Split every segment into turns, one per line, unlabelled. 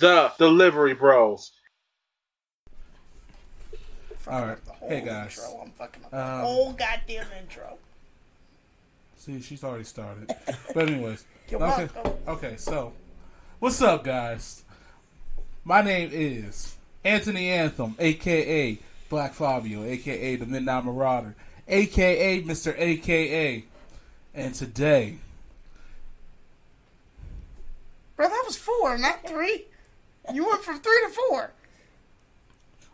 Delivery Bros.
All right.
up the whole
Hey, guys.
Intro. I'm fucking up
Um,
the whole goddamn intro.
See, she's already started. But anyways,
You're
okay,
welcome.
okay. So, what's up, guys? My name is Anthony Anthem, aka Black Fabio, aka the Midnight Marauder, aka Mister AKA, and today,
Bro, that was four, not three. You went from three to four.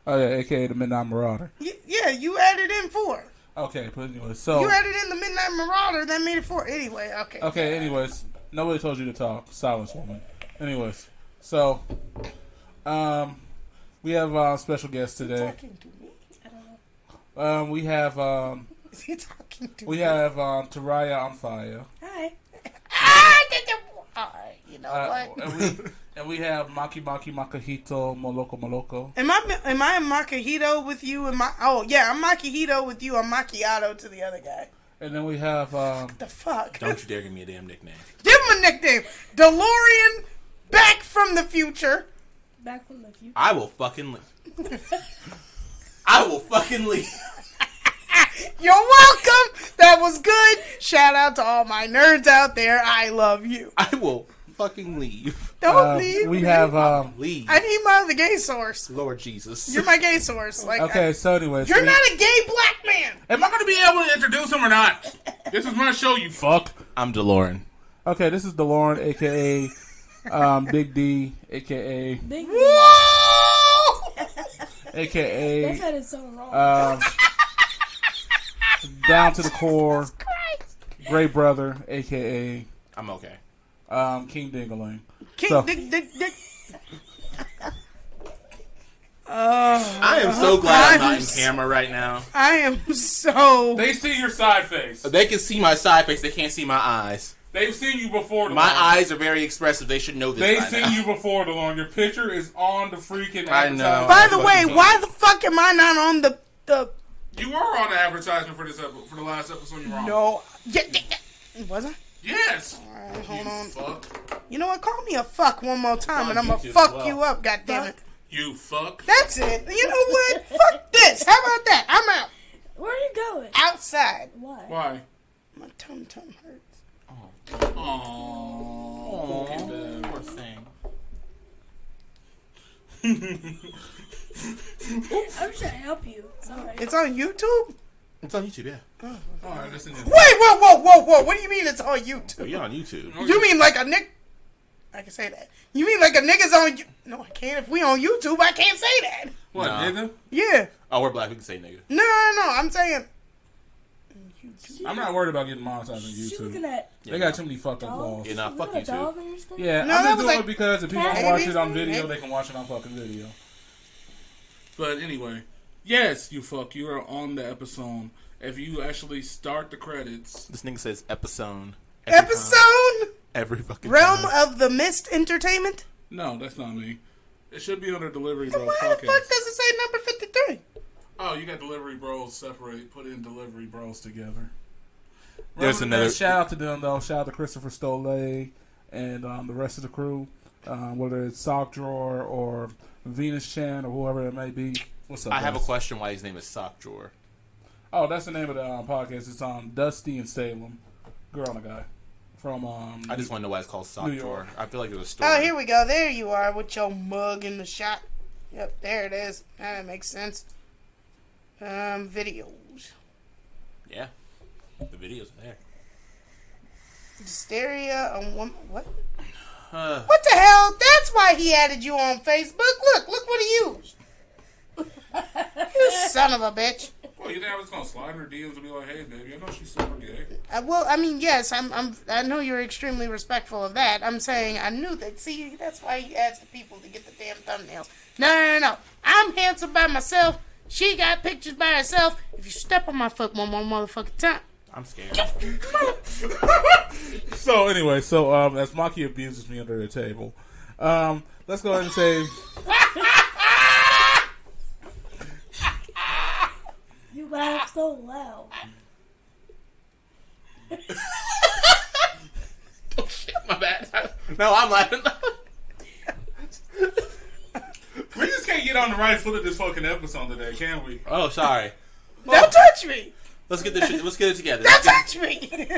oh yeah, aka the Midnight Marauder.
Y- yeah, you added in four.
Okay, but anyways, so
You added in the Midnight Marauder. That made it four. Anyway, okay.
Oh. Okay, anyways, nobody told you to talk. Silence, woman. Anyways, so um, we have uh, special guest today.
Talking to me? I don't know.
Um, we have um,
Is he talking to
we
me?
have um, Taraya on fire,
Hi. Ah, did you? All right. You know
uh,
what?
and we and we have Maki Maki Makahito Moloko Moloko.
Am I am I Makahito with you? Am I? Oh yeah, I'm Makahito with you. I'm Macchiato to the other guy.
And then we have um,
The fuck?
Don't you dare give me a damn nickname.
Give him a nickname. DeLorean, Back from the Future.
Back from the future.
I will fucking leave. I will fucking leave.
You're welcome. That was good. Shout out to all my nerds out there. I love you.
I will fucking leave.
Don't
uh,
leave.
we
me.
have um,
Leave.
I need my other gay source.
Lord Jesus.
You're my gay source. Like
okay.
I-
So anyways,
you're
we-
not a gay black man.
Am I going to be able to introduce him or not? This is my show, you fuck. I'm DeLoren.
okay. This is DeLorean, aka um, Big D, aka
Big
Whoa!
They
aka
had it so wrong.
um, down to the core.
Christ.
Great brother, aka
I'm okay.
um, King Dingaling.
King,
So-
dick, dick, dick.
I am so glad I'm not
I'm
in
s-
camera right now.
I am so.
They see your side face.
They can see my side face. They can't see my eyes.
They've seen you before.
My
DeLorean.
eyes are very expressive. They should know this.
They've
by
seen
now.
you before, DeLorean. Your picture is on the freaking.
I know.
advertisement.
By the way, why the fuck am I not on the the?
You were on the advertisement for this episode, for the last episode. You're on.
No. Yeah, yeah, yeah. Was I?
Yes.
All right, hold
you
on.
fuck.
You know what? Call me a fuck one more time, and I'm gonna
YouTube
fuck
as well.
you up. God damn it.
You fuck.
That's it. You know what? fuck this. How about that? I'm out
Where are you going?
outside.
Why?
Why?
My tum tum hurts.
Aww. Poor thing.
I'm trying to help you. Sorry.
It's on YouTube.
It's on YouTube, yeah.
All right, listen. To
Wait, whoa, whoa, whoa, whoa. What do you mean it's on YouTube?
You're on YouTube.
You mean like a nick? I can say that. You mean like a nigga's on? You- no, I can't. If we on YouTube, I can't say that.
What,
Nah.
nigga?
Yeah.
Oh, we're black. We can say nigga.
No, no, no. I'm saying.
I'm not worried about getting monetized on
She's looking
YouTube.
at
They got too many fucked up
dogs.
laws.
Yeah, nah,
She's
fuck
looking at
YouTube.
dogs on your screen?
Yeah,
No,
I'm
that
just
was
doing
like-
it because if people
Hey,
watch
this
it on
is-
video, they can watch it on fucking video.
But anyway, yes, you fuck. You are on the episode. If you actually start the credits,
This nigga says episode. Every time.
Episode
Every fucking
Realm
time.
of the Mist Entertainment.
no, that's not me. It should be under Delivery
Then
Bros
why the
podcast.
fuck does it say number fifty three?
Oh, you got Delivery Bros separate. Put in Delivery Bros together.
There's
Remember,
another-
shout out to them though. Shout out to Christopher Stole and um, the rest of the crew, um, whether it's Sock Drawer or Venus Chan or whoever it may be. What's up?
I have a
guys?
question. Why his name is Sock Drawer?
Oh, that's the name of the um, podcast. It's um, Dusty and Salem, girl and a guy from um.
I just want to know why it's called Sock
New
Drawer.
York.
I feel like it was a story.
Oh, here we go. There you are with your mug in the shot. Yep, there it is. Now That makes sense. Um, videos.
Yeah, the videos are there.
Hysteria, a woman. What?
Uh,
What the hell? That's why he added you on Facebook. Look, look what he used. you son of a bitch.
Well, Oh, you think I was gonna slide in her DMs and be like, "Hey, baby, I know she's super gay."
Uh, well, I mean, yes, I'm, I'm. I know you're extremely respectful of that. I'm saying I knew that. See, that's why he adds the people to get the damn thumbnails. No, no, no, no. I'm handsome by myself. She got pictures by herself. If you step on my foot one more motherfucking time,
I'm scared.
So anyway, so um, as Maki abuses me under the table, um, let's go ahead and say
You laugh so loud.
My bad. no, I'm laughing.
get on the right foot of this fucking episode today, can we?
Oh, sorry.
Don't touch me.
Let's get this. Shit, let's get it together.
Don't touch me.
Th-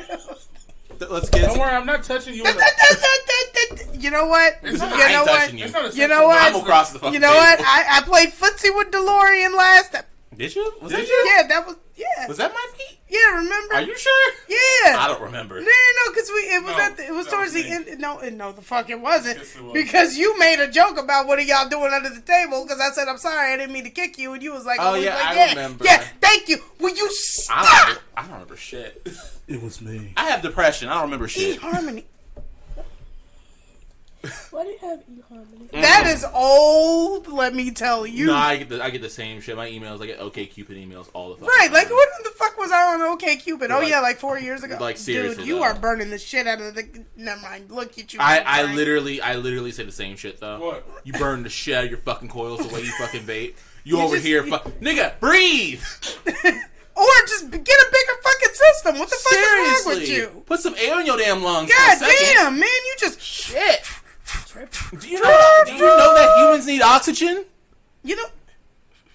Let's get.
Don't
It
worry, I'm not touching you. In the-
you know what? You
I ain't
know what?
touching you.
it's not a
You
sexual-
know
I'm gonna
what?
cross the fucking
You know what?
table.
I, I played footsie with DeLorean last time.
Did you? Was
Did
that
you?
you?
Yeah, that was yeah.
Was that my feet?
Yeah, remember?
Are you sure?
Yeah.
I don't remember.
No, no, no, because we it was
No,
at the, it was
that
towards
was
the
me.
end. No, and no, the fuck it wasn't
Yes, it was.
because you made a joke about what are y'all doing under the table because I said I'm sorry I didn't mean to kick you and you was like
Oh,
we
yeah,
like,
I
yeah,
remember.
yeah thank you will you
I don't,
stop
remember, I don't remember shit.
It was me.
I have depression. I don't remember
E
shit.
Harmony
Why do you have eHarmony?
that is old let me tell you
No, I get the I get the same shit. My emails, I get OK Cupid emails all the fucking
right like
time.
when the fuck was I on OK Cupid oh
Like-
yeah like four years ago
like,
dude
seriously,
you
though.
are burning the shit out of the never mind look at you
I,
Brian.
I literally I literally say the same shit though.
What?
You burn the shit out of your fucking coils the way you fucking vape. You, over
just-
here, fuck, nigga, breathe.
or just get a bigger fucking system what the fuck is wrong
Seriously,
with you
put some air in your damn lungs. for a
God
second.
damn, man, you just
Shit. Do you know? Do you know that humans need oxygen?
you know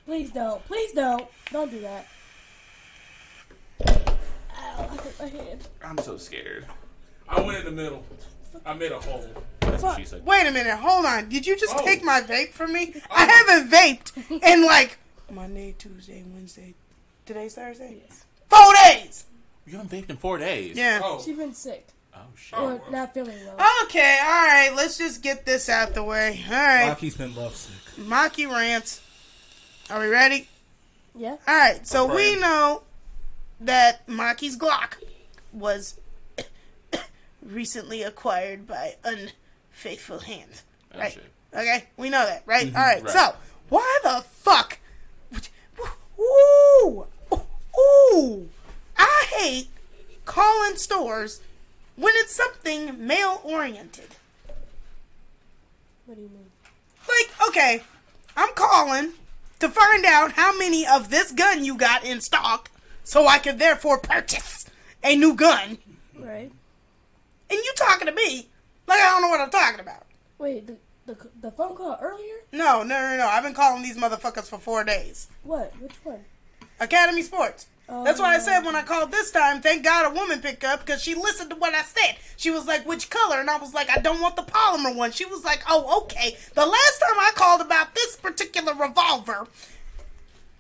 Please don't. Please don't. Don't do that. Ow, I hurt my hand.
I'm so scared.
I went in the middle. I made a hole.
That's what she said.
Wait a minute, hold on. Did you just
Oh.
take Oh my vape from me? I haven't vaped in like Monday, Tuesday, Wednesday. Today's Thursday?
Yes.
Four days!
You haven't vaped in four days.
Yeah.
Oh,
She's been sick.
Oh shit.
Or not feeling well.
Okay, alright, let's just get this out the way. Alright,
Rocky's been lovesick.
Maki rants. Are we ready?
Yeah?
Alright, so we
Right.
know that Maki's Glock was recently acquired by unfaithful hand.
Oh,
right.
shit.
Okay, we know that, right? All right,
Right.
So why the fuck? Ooh, ooh! I hate calling stores when it's something male oriented.
What do you mean?
Like, okay, I'm calling to find out how many of this gun you got in stock, so I can therefore purchase a new gun. And
Right.
you talking to me like I don't know what I'm talking about.
Wait, the, the, the phone call earlier?
No, no, no, no. I've been calling these motherfuckers for four days.
What? Which one?
Academy Sports. That's why I
Oh.
said when I called this time, thank God a woman picked up because she listened to what I said. She was like, which color? And I was like, I don't want the polymer one. She was like, oh, okay. The last time I called about this particular revolver,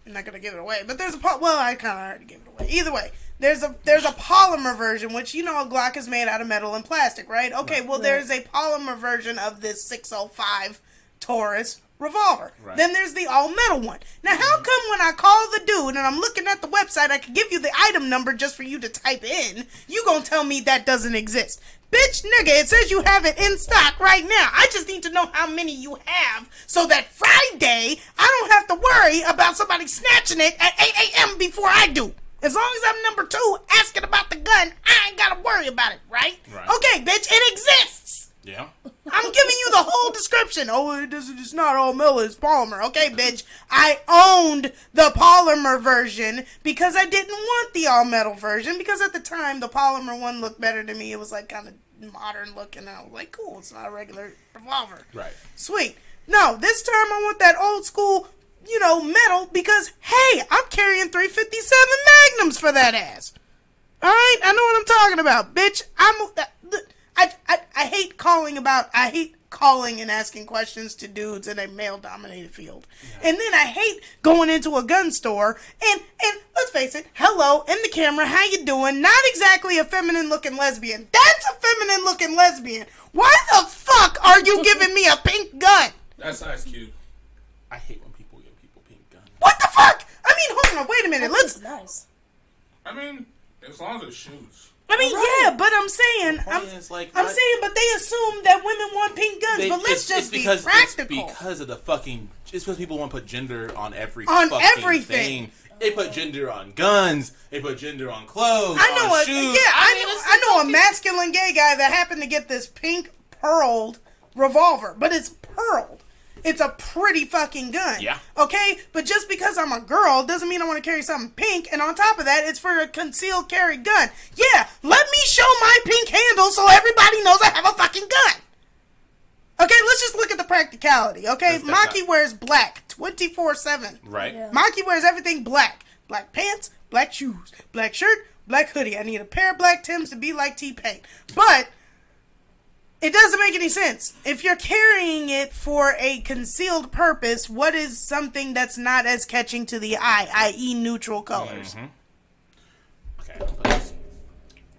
I'm not gonna give it away, but there's a po- well, I kind of already gave it away. Either way, there's a there's a polymer version, which you know a Glock is made out of metal and plastic, right? Okay, well there's a polymer version of this 605 Taurus revolver. Then there's the all metal one. Now, how come when I call the dude and I'm looking at the website, I can give you the item number just for you to type in? You gonna tell me that doesn't exist? Bitch, nigga, it says you have it in stock right now. I just need to know how many you have so that Friday I don't have to worry about somebody snatching it at 8 a.m. before I do. As long as I'm number two asking about the gun, I ain't gotta worry about it, right?
Right.
Okay, bitch, it exists.
Yeah.
I'm giving you the whole description. Oh, it doesn't, it's not all Miller, it's Palmer. Okay, bitch. I owned the polymer version because I didn't want the all metal version because at the time the polymer one looked better to me. It was like kind of modern looking. I was like, cool, it's not a regular revolver.
Right.
Sweet. No, this time I want that old school, you know, metal because hey, I'm carrying 357 magnums for that ass. All right, I know what I'm talking about, bitch. I'm uh, I, I I hate calling about I hate calling and asking questions to dudes in a male dominated field. And then I hate going into a gun store and and let's face it, hello in the camera, how you doing? Not exactly a feminine looking lesbian. That's a feminine looking lesbian. Why the fuck are you giving me a pink gun?
that's Ice Cube.
I hate when people give people pink guns.
What the fuck? I mean, hold on, wait a minute.
That
Let's
was nice.
I mean, as long as it shoots.
I mean,
Right.
yeah, but I'm saying, I'm,
Point is, like,
I'm
what-
saying, but they assume that women want pink guns.
They-
but let's
it's-
just
it's because,
be practical.
It's because of the fucking. It's because people want to put gender on every
On
fucking
everything.
Thing. They put gender on guns. They put gender on clothes.
I know
on
a
shoes.
yeah, I,
mean,
know,
it's-
I know a masculine gay guy that happened to get this pink pearled revolver, but it's pearled. It's a pretty fucking gun.
Yeah.
Okay, but just because I'm a girl doesn't mean I want to carry something pink. And on top of that, it's for a concealed carry gun. Yeah, let me show my pink handle so everybody knows I have a fucking gun. Okay, let's just look at the practicality. Okay,
That's- that's
Maki
not-
wears black 24 7.
Right.
Yeah.
Monkey wears everything black black pants, black shoes, black shirt, black hoodie. I need a pair of black Tims to be like T Pain. But it doesn't make any sense. If you're carrying it for a concealed purpose, what is something that's not as catching to the eye, i.e., neutral colors?
Mm-hmm. Okay. please.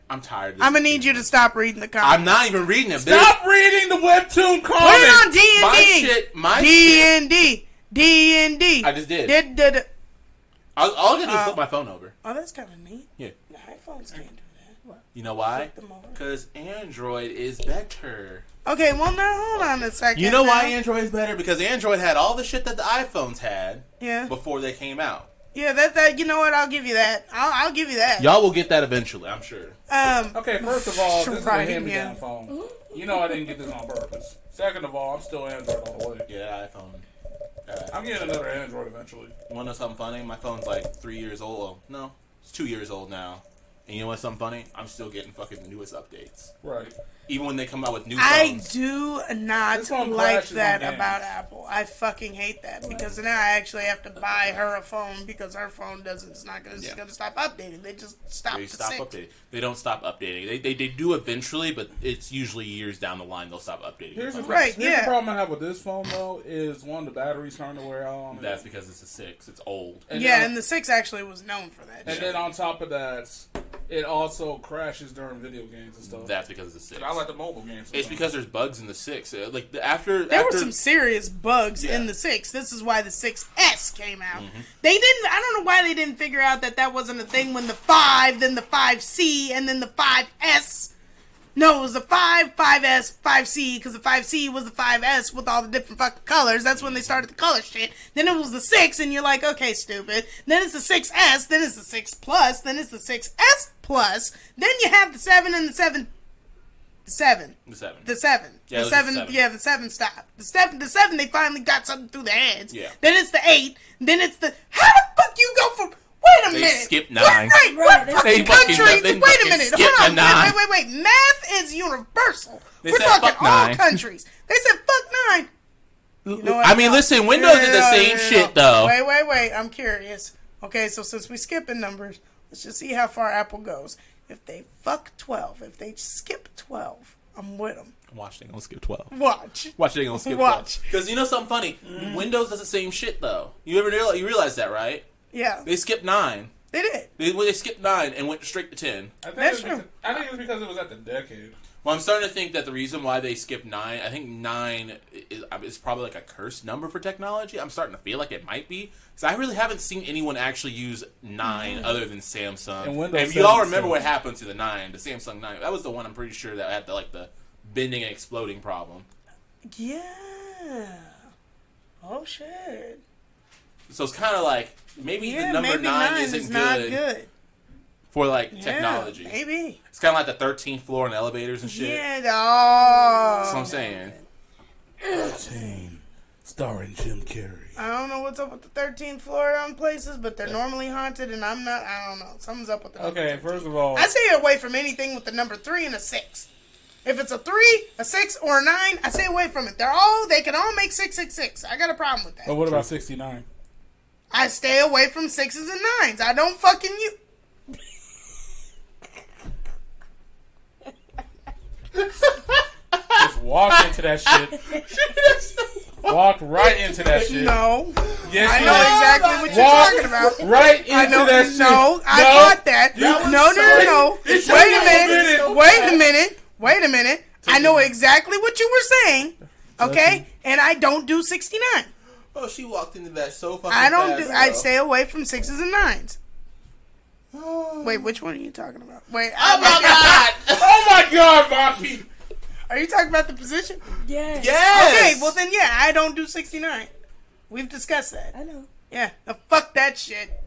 I'm tired. Of this.
I'm gonna need you to stop reading the comments.
I'm not even reading it. bitch.
Stop reading the webtoon
Put
comments.
it on D
My
and D.
shit. My
D
shit.
and D. D and D.
I just did.
Did, did, did.
All, all I gotta do is flip my phone over.
Oh, that's kind of neat.
Yeah.
The iPhones can't do that.
You know why?
Flip them over.
Because Android is better.
Okay, well now hold on a second.
You know
now.
why Android is better? Because Android had all the shit that the iPhones had
Yeah.
before they came out.
Yeah, that that you know what? I'll give you that. I'll I'll give you that.
Y'all will get that eventually, I'm sure.
Um,
Okay, first of all, this is a
Right, yeah.
hand-me-down phone. You know I didn't get this on purpose. Second of all, I'm still Android all the way.
Yeah, that iPhone. Uh,
I'm getting another Android eventually.
you wanna know something funny? My phone's like three years old. Well, no, it's two years old now. And you know what's something funny? I'm still getting fucking the newest updates.
Right.
Even when they come out with new
I
phones.
do
This
not
one
like
crashes on
that
games.
about Apple. I fucking hate that because now I actually have to buy her a phone because her phone doesn't. It's not gonna. It's
Yeah.
gonna stop updating. They just stop.
They
the
stop
sync.
updating. They don't stop updating. They, they, they do eventually, but it's usually years down the line they'll stop updating.
Here's the,
Right,
here's
yeah.
the problem I have with this phone though is one the battery's starting to wear out. on it.
That's because it's a six. It's old.
And
Yeah,
then-
and the six actually was known for that.
and
shit.
then on top of that, it also crashes during video games and stuff.
That's because it's a six.
I like the mobile games.
It's because there's bugs in the six. Uh, Like the, after
There were
after,
some serious bugs
Yeah. Mm-hmm.
in the six. This is why the 6S came out. They didn't. I don't know why they didn't figure out that that wasn't a thing when the five, then the five C, and then the five S. No, it was the five, five S, five C, because the five C was the five S with all the different fucking colors. That's when they
Mm-hmm.
started the color shit. Then it was the six, and you're like, okay, stupid. Then it's the six S. Then it's the six plus. Then it's the six S plus. Then you have the seven and the seven. Seven.
the seven.
The seven. the
Yeah, it was the
seven,
seven.
Yeah, the seven stopped. The seven. The seven. They finally got something through their hands.
Yeah.
Then it's the eight. Then it's the. How the fuck you go from? Wait a
They
minute.
skipped
What-
nine.
Right. What
Right, they
fucking
skipped fucking
country?
nine. They
Wait a
fucking
minute.
skipped
Hold on.
the nine.
Wait, wait, wait. Math is universal. We're
said
talking
fuck
all
nine.
countries. They said fuck nine. You know what?
I mean, listen, Windows did the
No, no,
same
no, no, no.
shit though.
Wait, wait, wait. I'm curious. Okay, so since we skipping numbers, let's just see how far Apple goes. If they fuck twelve, if they skip twelve, I'm with them.
Watch they gonna skip twelve.
Watch.
Watch they gonna skip
Watch.
Because you know something funny?
Mm.
Windows does the same shit though. You ever realize, you realize that right?
Yeah,
They skipped nine.
they did.
They well, they skipped nine and went straight to ten.
I think
That's
it's because,
true.
I think it's because it was at the decade.
Well, I'm starting to think that the reason why they skipped nine, I think nine is, is probably like a cursed number for technology. I'm starting to feel like it might be because I really haven't seen anyone actually use 9
Mm.
other than Samsung.
And Windows
if you all
7,
remember
so-
what happened to the nine, the Samsung nine, that was the one I'm pretty sure that had the like the bending and exploding problem.
Yeah. Oh shit.
So it's kind of like maybe
Yeah,
the number
maybe
9
nine
isn't
is
good,
not good.
for like
Yeah,
technology.
maybe.
It's kind of like the 13th floor and elevators and shit.
Yeah. Oh.
That's what I'm saying.
Team, starring Jim Carrey.
I don't know what's up with the 13th floor on places, but they're normally haunted, and I'm not. I don't know. Something's up with the. number
Okay,
13.
first of all,
I stay away from anything with the number three and a six. If it's a three, a six, or a nine, I stay away from it. They're all. They can all make six, six, six. I got a problem with that.
but Oh, what about 69?
I stay away from sixes and nines. I don't fucking you.
Just walk into that shit. walk right into that shit.
No.
Yes,
I
you
know
did.
exactly what you're
Walk
talking about.
Right into
I know.
that shit.
No, I caught that.
That was
no, no, no,
so-
no.
it
Wait
took me
a
a
minute.
minute.
Wait a minute. Wait a minute. I know exactly what you were saying. Okay, and I don't do sixty nine.
Oh, she walked into that so fucking
I don't
fast,
do. I
though.
stay away from sixes and nines. Wait, which one are you talking about? Wait,
Oh my god!
Oh my god, Bobby!
are you talking about the position?
Yeah.
Yes.
Okay, well then, yeah, I don't do sixty nine. We've discussed that.
I know.
Yeah, the fuck that shit.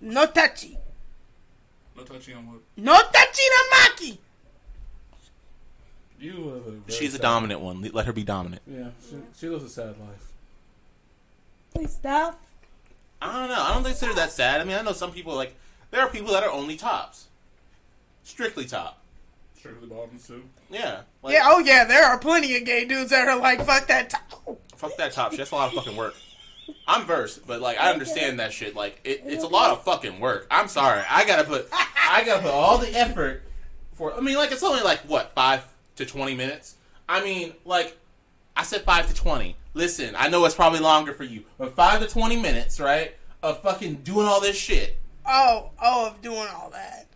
No touchy.
No touching on what.
No touchy no maki.
You are the very
she's a
sad-
dominant one. Let her be dominant.
Yeah, she, she lives a sad life.
Please stop.
I don't know. I don't consider that sad. I mean, I know some people like there are people that are only tops, strictly top.
Strictly bottoms too.
Yeah. Like,
Yeah, oh yeah, there are plenty of gay dudes that are like, fuck that. T- oh,
Fuck that top shit. That's a lot of fucking work. I'm versed, but like I understand that shit. Like it, it's a lot of fucking work. I'm sorry. I gotta put I gotta put all the effort for. I mean, like it's only like what five to twenty minutes. I mean, like I said, five to twenty. Listen, I know it's probably longer for you, but five to twenty minutes, right? Of fucking doing all this shit.
Oh, oh, of doing all that.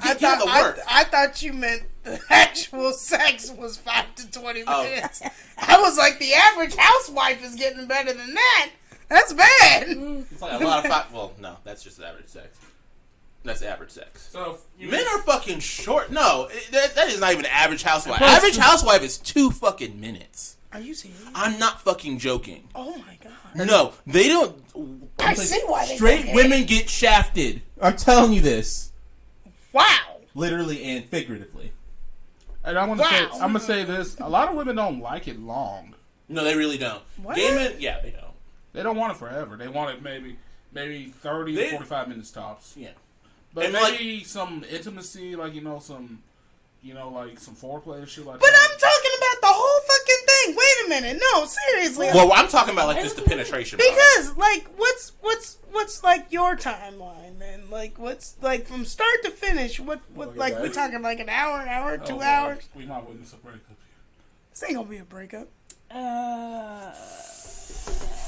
I
Get down
thought,
to
I,
work.
I thought you meant the actual sex was five to twenty minutes. I was like, the average housewife is getting better than that. That's bad.
It's like a lot of five. Well, no, that's just average sex. That's average sex.
So you
Men are fucking short. No, it- that, that is not even average housewife. Average housewife is two fucking minutes.
Are you serious?
I'm not fucking joking.
Oh my god.
No, they don't.
I see why they
Straight
don't
women get shafted. I'm telling you this,
Wow.
literally and figuratively.
And I'm gonna say,
Wow.
I'm gonna say this: a lot of women don't like it long.
No, they really don't.
What?
Gay men, yeah, they don't.
They don't want it forever. They want it maybe, maybe thirty
They-
to forty-five minutes tops.
Yeah,
But
And,
maybe some intimacy, like you know, some, you know, like some foreplay and shit like
But I'm
that.
talking about the whole fucking thing. Wait a minute. No, seriously.
Well, I'm talking about like just the penetration. part.
Because like what's what's what's like your timeline then? Like what's like from start to finish, what what
Look at
like
that.
we're talking like an hour, an hour,
Oh,
two
Two
hours?
Oh, We might witness a breakup here.
This ain't gonna be a breakup.
Uh,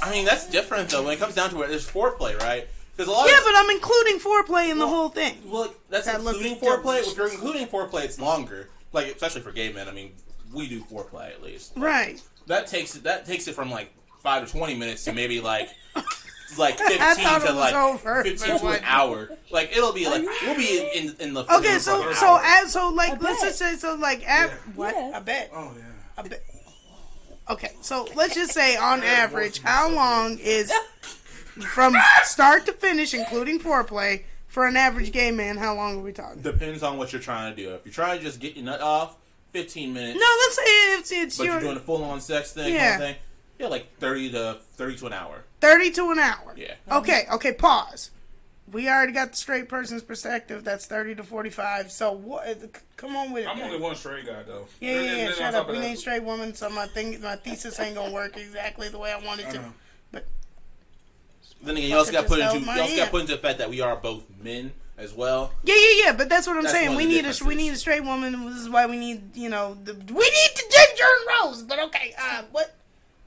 I mean that's different though. When it comes down to it, there's foreplay, right? Because a lot
Yeah,
of
but I'm including foreplay in the whole thing.
Well, that's
That looks
including foreplay.
delicious.
If you're including foreplay, it's longer. Like especially for gay men. I mean, we do foreplay at least.
Right.
That takes it. That takes it from like five to twenty minutes to maybe like like
I
fifteen
thought it
to
was
like
over.
fifteen to an hour. Like it'll be like we'll be in in, in the
Okay,
in for, like,
so
an
so
hour.
as so like
A
let's
bet.
just say so like av- what
Yeah.
I bet
Um.
Oh yeah.
I bet. Okay, so let's just say on average, how long is from start to finish, including foreplay, for an average gay man? How long are we talking?
depends on what you're trying to do. If you're trying to just get your nut off, fifteen minutes.
No, let's say it's it's
but
your
you're doing a full on sex thing.
Yeah.
Yeah. Thing, yeah, like thirty to thirty to an hour.
thirty to an hour.
Yeah.
Okay. Okay. Pause. We already got the straight person's perspective. That's thirty to forty-five. So what? uh, c- Come on with it.
I'm
man.
only one straight guy though.
yeah, yeah,
And
yeah.
then on
Shut
top
up.
of
We
that-
need straight women, so my thing, my thesis ain't gonna work exactly the way I wanted to.
know.
But
Then again, you also got
just
put into
held
you
my
also
hand.
got put into the fact that we are both men as well.
Yeah, yeah, yeah. But that's what I'm
That's
saying.
one of
We
the
need a we
differences.
need a straight woman. This is why we need you know the we need the ginger and rose. But okay, uh, what?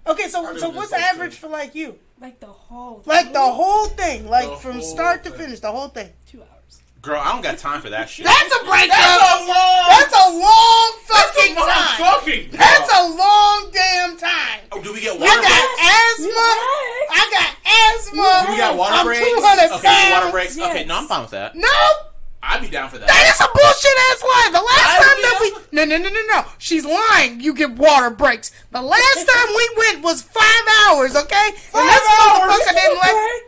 Okay, so so
this
what's
whole
average
thing.
for like you?
like the whole
Like the whole thing, like
The
from
whole
start to
thing.
finish, the whole thing.
two hours.
Girl, I don't got time for that shit.
That's a breakup. That's a long. fucking time.
Fucking.
That's a long damn time.
Oh, do we
I
get water
got
breaks?
asthma.
Yes.
I got asthma.
Do we got water
I'm
breaks?
200
Okay, water
pounds.
breaks. Okay,
yes.
no, I'm fine with that.
Nope.
I'd be down for that.
That is a bullshit ass lie. The last
Why
time
would
that we
we
no no no no no, she's lying. You get water breaks. The last time we went was five hours, okay? and this
We
motherfucker
took
didn't
a
let.
break.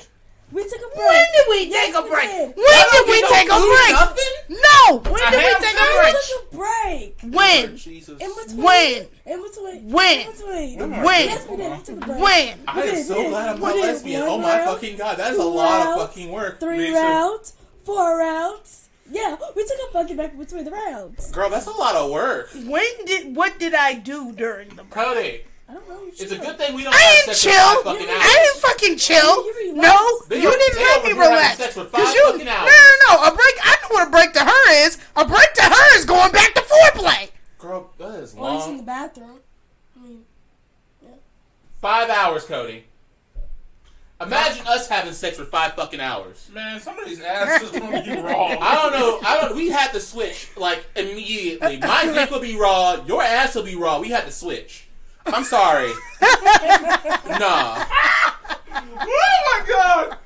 We took a break.
When did we take
Yes,
a
we
break?
did.
When did we
don't
take a
do
break?
nothing?
No. When did we
have
take
We
a
took a break.
break? When?
Jesus.
In between.
When?
In between.
When?
In between. Yes, we
When?
did. We took a break.
When?
I
We
am
did
so
this,
glad I'm
we
not
did
lesbian.
one
Oh my
round,
fucking god, that is a
two
lot of
rounds,
fucking work.
Me
Three
too.
rounds. Four rounds. Yeah, we took a fucking break between the rounds.
Girl, that's a lot of work.
When did? What did I do during the break?
Cody,
I don't know.
it's a good thing we don't have
I didn't
sex
chill.
for five fucking
I
hours.
didn't fucking chill.
You relaxed.
No,
They
you
are-
didn't
they
let
over
me
here having
relax.
sex for five
'Cause you,
fucking
no,
hours.
no, no. A break. I know what a break to her is. A break to her is going back to foreplay.
Girl, that is
Or he's in the
long.
bathroom. I mean,
Five hours, Cody. Imagine us having sex for five fucking hours.
Man, somebody's ass is gonna be raw.
I don't know. I don't. We had to switch like immediately. My dick will be raw. Your ass will be raw. We had to switch. I'm sorry. nah,
oh my god.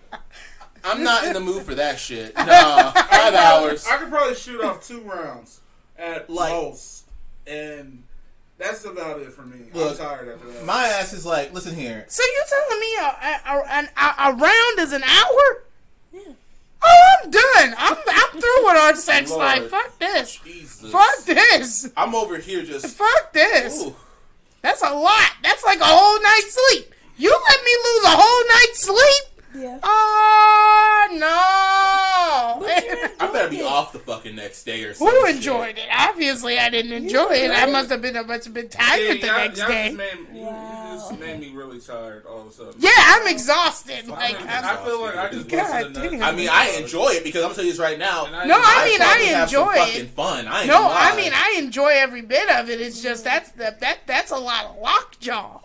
I'm not in the mood for that shit. Nah, five hours.
I could probably shoot off two rounds at
Like-
most, and that's about it for me.
Look,
I'm tired after that.
My ass is like, listen here.
So you telling me a, a, a, an- a, a round is an hour?
yeah.
Oh, I'm done. I'm I'm through with our sex
Lord.
life. Fuck this.
Jesus.
Fuck this.
I'm over here just.
Fuck this.
Ooh.
That's a lot. That's like a whole night's sleep. You let me lose a whole night's sleep?
Yeah.
Oh
But you
no.
I better be
enjoyed it.
off the fucking next day or something.
Who enjoyed it? Obviously, I didn't enjoy it. I
enjoyed it.
must have been a must have been tired the next
y'all
day.
Just made, you- you
Wow. wow.
just made me really tired all of a sudden.
Yeah, I'm exhausted.
I,
Like, uh,
mean,
I'm,
I feel like I just
God
wasted enough.
I mean, I enjoy it because I'm telling you this right now.
And I
No,
enjoy-
I mean,
probably
I
have some
enjoy it.
Fucking fun. I ain't
no,
gonna lie.
I mean I enjoy every bit of it. It's just that's the, that that's a lot of lockjaw.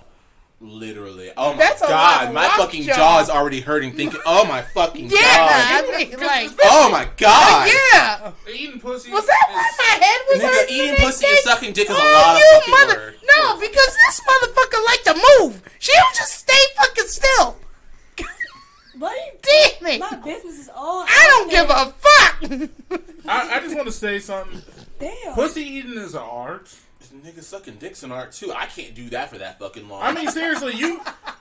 literally. Oh my
That's a lot
god,
of
my
lockjaw.
fucking jaw is already hurting. Thinking, oh my fucking
Yeah,
god.
I mean, like
Oh my god.
yeah.
eating pussy.
Was that why
is-
my head was
Nigga,
hurting?
eating
today,
pussy and
Dick?
sucking dick is a
Oh,
lot of
you
fucking
mother-
work.
No, because this motherfucker like to move. She don't just stay fucking still.
Buddy,
Damn it!
my business is all.
I don't give a fuck.
I, I just want to say something.
Damn.
Pussy eating is an art.
Nigga sucking dicks in art too. I can't do that for that fucking long.
I mean, seriously, you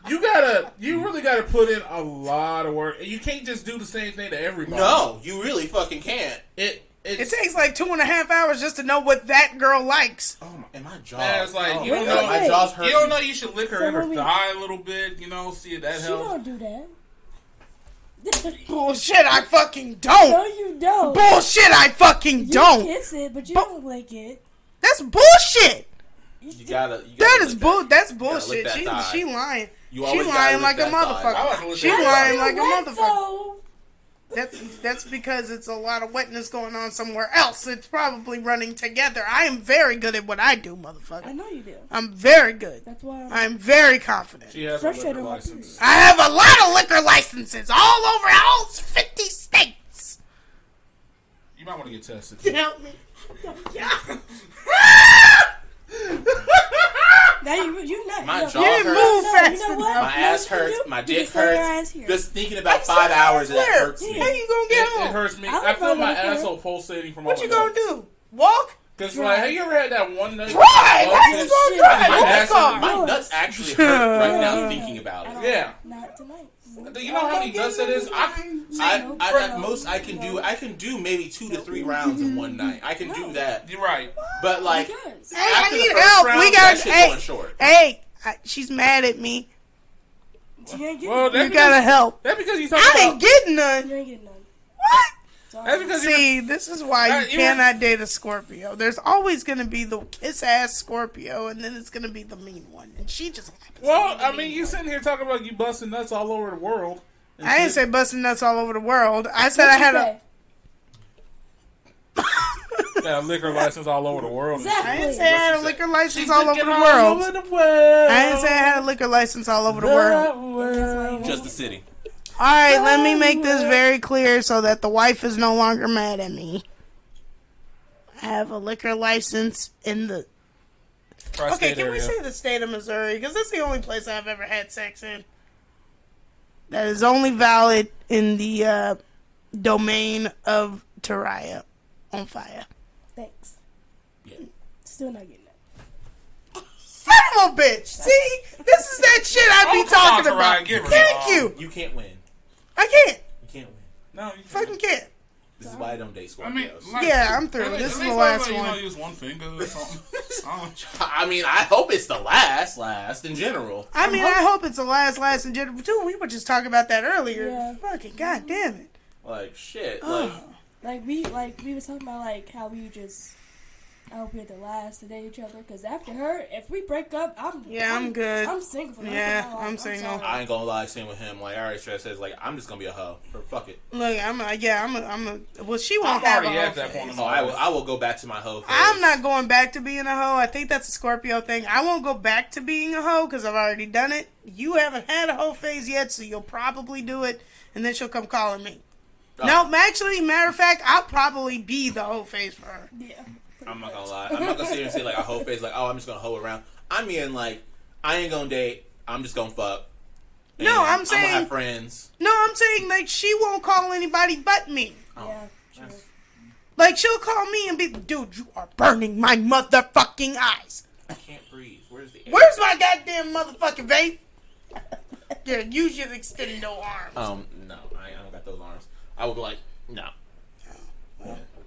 you gotta you really gotta put in a lot of work. You can't just do the same thing to everybody.
no, you really fucking can't.
it it's,
It takes like two and a half hours just to know what that girl likes.
Oh my, and my jaw.
Yeah, it's like,
oh
you
my
don't
God,
know-
my jaw's
you
hurting.
don't know you should lick her
So
in her
when we-
thigh a little bit. You know, see if that
She
helps.
don't do that.
Bullshit, I fucking don't.
no, you don't.
Bullshit, I fucking
you
don't.
kiss it, but you
Bu-
don't lick it.
That's bullshit.
You gotta. You gotta
That
lick
is bull. That's bullshit.
that
she
thigh.
she lying.
You
she
always gotta
lying
lick
like a
that thigh.
I like to
motherfucker.
lick
She
that
lying
You
like a
wet,
motherfucker.
though.
That's that's because it's a lot of wetness going on somewhere else. It's probably running together. I am very good at what I do,
I
motherfucker.
know you do.
I'm very good.
That's why I'm
I'm very confident.
She has a
frustrated
liquor
with my
license.
period.
I have a lot of liquor licenses all over all 50 states.
You might want to get tested.
Help me.
Now you you not.
My
you know-
jaw You didn't hurts.
move fast
You know
enough.
what?
My ass
You know what you
hurts.
do?
My
You
dick
just lay your
hurts.
ass here.
Just thinking about
I'm
five
sitting
hours, that
elsewhere.
hurts
How
me.
you gonna
It,
get home?
it hurts me.
I don't
I, feel
fucking
my
care.
asshole pulsating from
What
all
you
the
gonna do? Walk?
Because like, have you ever had that one night?
Drive! How you
Shit.
gonna
drive?
My,
Open
ass-
car.
my nuts actually hurt right now thinking about
I
it.
don't-
Yeah.
Not tonight.
Do you know how many guts that is? I,
I, I at most I can do I can do maybe two to three rounds in one night. I can do that,
you're right.
but like
Yes.
Hey, I
after the
need
first
help.
round,
we
that
got
shit going
hey,
short.
hey, I, she's mad at me.
You ain't getting
Well,
none.
that-
You gotta help.
That's because you
I
talking
didn't
about.
get none.
You ain't getting none.
What?
That's
Sorry.
because you.
See, this is why
Uh,
you
you were-
cannot date a Scorpio. There's always going to be the kiss ass Scorpio, and then it's going to be the mean one, and she just happens.
Well, I mean, you sitting here talking about you busting nuts all over the world.
I didn't say busting nuts all over the world. I said I had a.
Yeah, liquor license all over the world. and shit.
I
Exactly.
didn't say I had a
say?
liquor license all over
Liquor
the world.
the world.
I didn't say I had a liquor license all over the world.
just the city.
All right, let me make this very clear so that the wife is no longer mad at me. I have a liquor license in the. Okay, can we say the state of Missouri? Because that's the only place I've ever had sex in. That is only valid in the uh, domain of Taraya on fire.
Thanks.
Yeah.
Still not getting that.
Son of a bitch! See, this is that shit I be talking about. Thank you.
You can't win.
I can't.
You can't win.
No, you
Fucking can't.
This is why I don't date
I mean,
Scorpios.
like,
Yeah, I'm through.
at least- at
This is
least
the last
somebody, you
one.
know, use one finger or something. I don't-
I mean, I hope it's the last, last in general.
I mean, I hope it's the last, last in general. Dude, we were just talking about that earlier.
Yeah.
Fucking goddamn it.
Like shit. Like
Ugh.
Like we like we was talking about like how we just I hope we're the last to date each other because after her, if we break up, I'm
Yeah, I'm good.
I'm single. For the rest
Yeah,
of my life.
I'm single.
sorry.
I ain't gonna lie, same with him. Like I already stressed, it's like I'm just gonna be a hoe. Or fuck it.
Look, I'm a, yeah, I'm a, I'm a, well, she won't
I'm
have
already
a
at
whole
that
face.
point in
Oh, I will. I will go back to my hoe. Phase.
I'm not going back to being a hoe. I think that's a Scorpio thing. I won't go back to being a hoe because I've already done it. You haven't had a hoe phase yet, so you'll probably do it, and then she'll come calling me. No, actually, matter of fact, I'll probably be the hoe phase for her.
Yeah.
I'm not gonna lie. I'm not gonna sit here and say like a hoe face. Like oh, I'm just gonna hoe around. I mean like I ain't gonna date. I'm just gonna fuck. And
No, I'm
I'm
saying-
gonna have friends.
No, I'm saying like she won't call anybody but me.
Oh,
Yeah. True.
Like she'll call me and be, dude, you are burning my motherfucking eyes.
I can't breathe. Where's the air?
Where's my goddamn motherfucking vape? yeah, use your extendo arms.
Um, no, I, I don't got those arms. I would be like, no.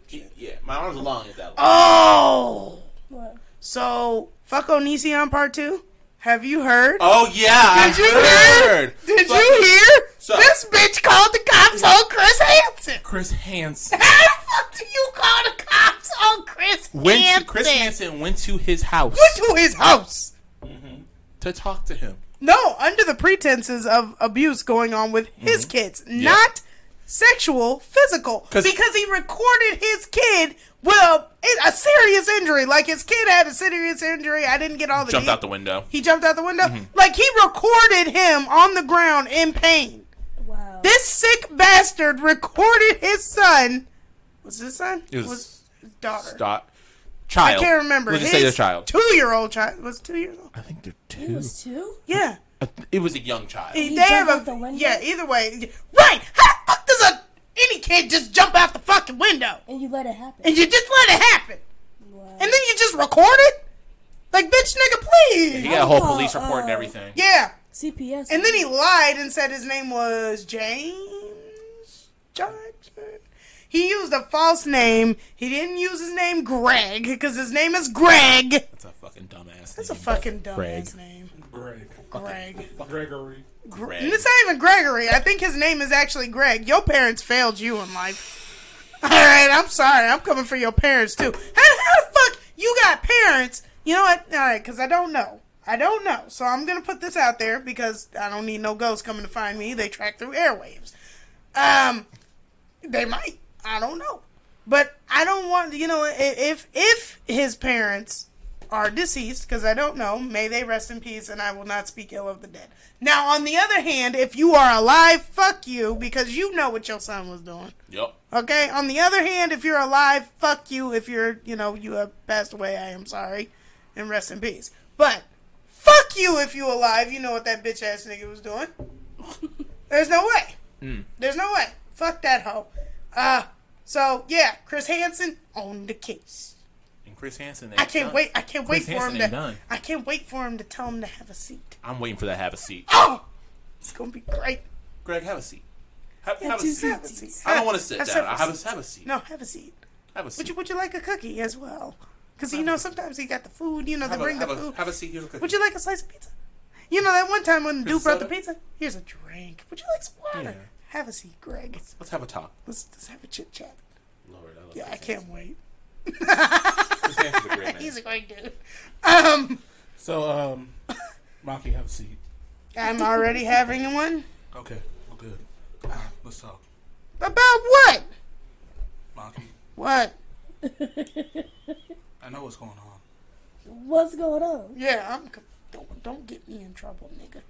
Yeah, yeah, my arms are long as that. Long.
Oh.
What?
So, fuck Onision part two. Have you heard?
Oh yeah,
Did you
I
hear?
heard.
Did
Fuck-
you hear?
So-
this bitch called the cops on Chris Hansen.
Chris Hansen?
How the fuck do you call the cops on Chris
Went to,
Hansen?
Chris Hansen went to his house.
Went to his house.
to talk to him.
No, under the pretenses of abuse going on with his kids, not sexual, physical.
Mm-hmm. 'Cause-
Because he recorded his kid with a, a serious injury. Like his kid had a serious injury. I didn't get all the
Jumped
de-
out the window.
He jumped out the window.
Mm-hmm.
Like he recorded him on the ground in pain.
Wow.
This sick bastard recorded his son. Was it his son?
It was
his daughter.
Stop. Child.
I can't remember.
Let's just say their child.
Two year old child. Was it two years old?
I think they're two.
He was two?
Yeah.
I th- It was a young child.
They
He
have
jumped
a-
out the window?
Yeah, either way. Right! How the fuck does a any kid just jump out the fucking window?
And you let it happen.
And you just let it happen.
wow.
And then you just record it? Like, bitch nigga,
He
please.
got a whole
Oh,
police report and
uh,
everything.
Yeah.
CPS.
And then he lied and said his name was James Johnson. He used a false name. He didn't use his name Greg because his name is Greg.
That's a fucking dumbass.
That's a
name.
fucking dumb
Greg.
ass name.
Greg.
Greg.
Gregory.
Greg.
And it's not even Gregory. I think his name is actually Greg. Your parents failed you in life. All right, I'm sorry. I'm coming for your parents too. How, how the fuck you got parents? You know what? All right, because I don't know. I don't know. So I'm gonna put this out there because I don't need no ghosts coming to find me. They track through airwaves. Um, they might. I don't know. But I don't want you know i- if if his parents are deceased because I don't know. May they rest in peace, and I will not speak ill of the dead. Now, on the other hand, if you are alive, fuck you because you know what your son was doing.
Yep.
Okay. On the other hand, if you're alive, fuck you. If you're you know you have passed away, I am sorry, and rest in peace. But fuck you if you alive. You know what that bitch ass nigga was doing. There's no way. There's no way. Fuck that hoe. Uh, so yeah, Chris Hansen on the case.
And Chris Hansen.
I can't wait. I can't wait
Chris
for
Hansen
him to.
ain't done.
I can't wait for him to tell him to have a seat.
I'm waiting for that. Have a seat.
Oh, it's gonna be great.
Greg, have a seat. Have, have, a
two
seat.
Have a seat.
I don't want to sit
Have
down.
several
I have
seats.
a have a seat.
No, have a seat.
Have a seat.
Would you Would you like a cookie as well? Because you know sometimes you got the food. You know they
have,
bring
a, have,
the
a,
food.
have a seat. Here's a cookie.
Would you like a slice of pizza? You know that one time when the dude
a
brought the
soda?
pizza. Here's a drink. Would you like some water?
Yeah.
Have a seat, Greg.
Let's have a talk.
Let's let's have a chit chat.
Lord, I love
Yeah, I
Chris
can't wait.
Hansen. Chris Hansen's a great man.
He's a great dude. Um,
So, um, Maki, have a seat.
I'm already having one.
Okay. Well, good. Ah, Let's talk.
About what?
Maki,
What?
I know what's going on.
What's going on?
Yeah, I'm. c- Don't don't get me in trouble, nigga.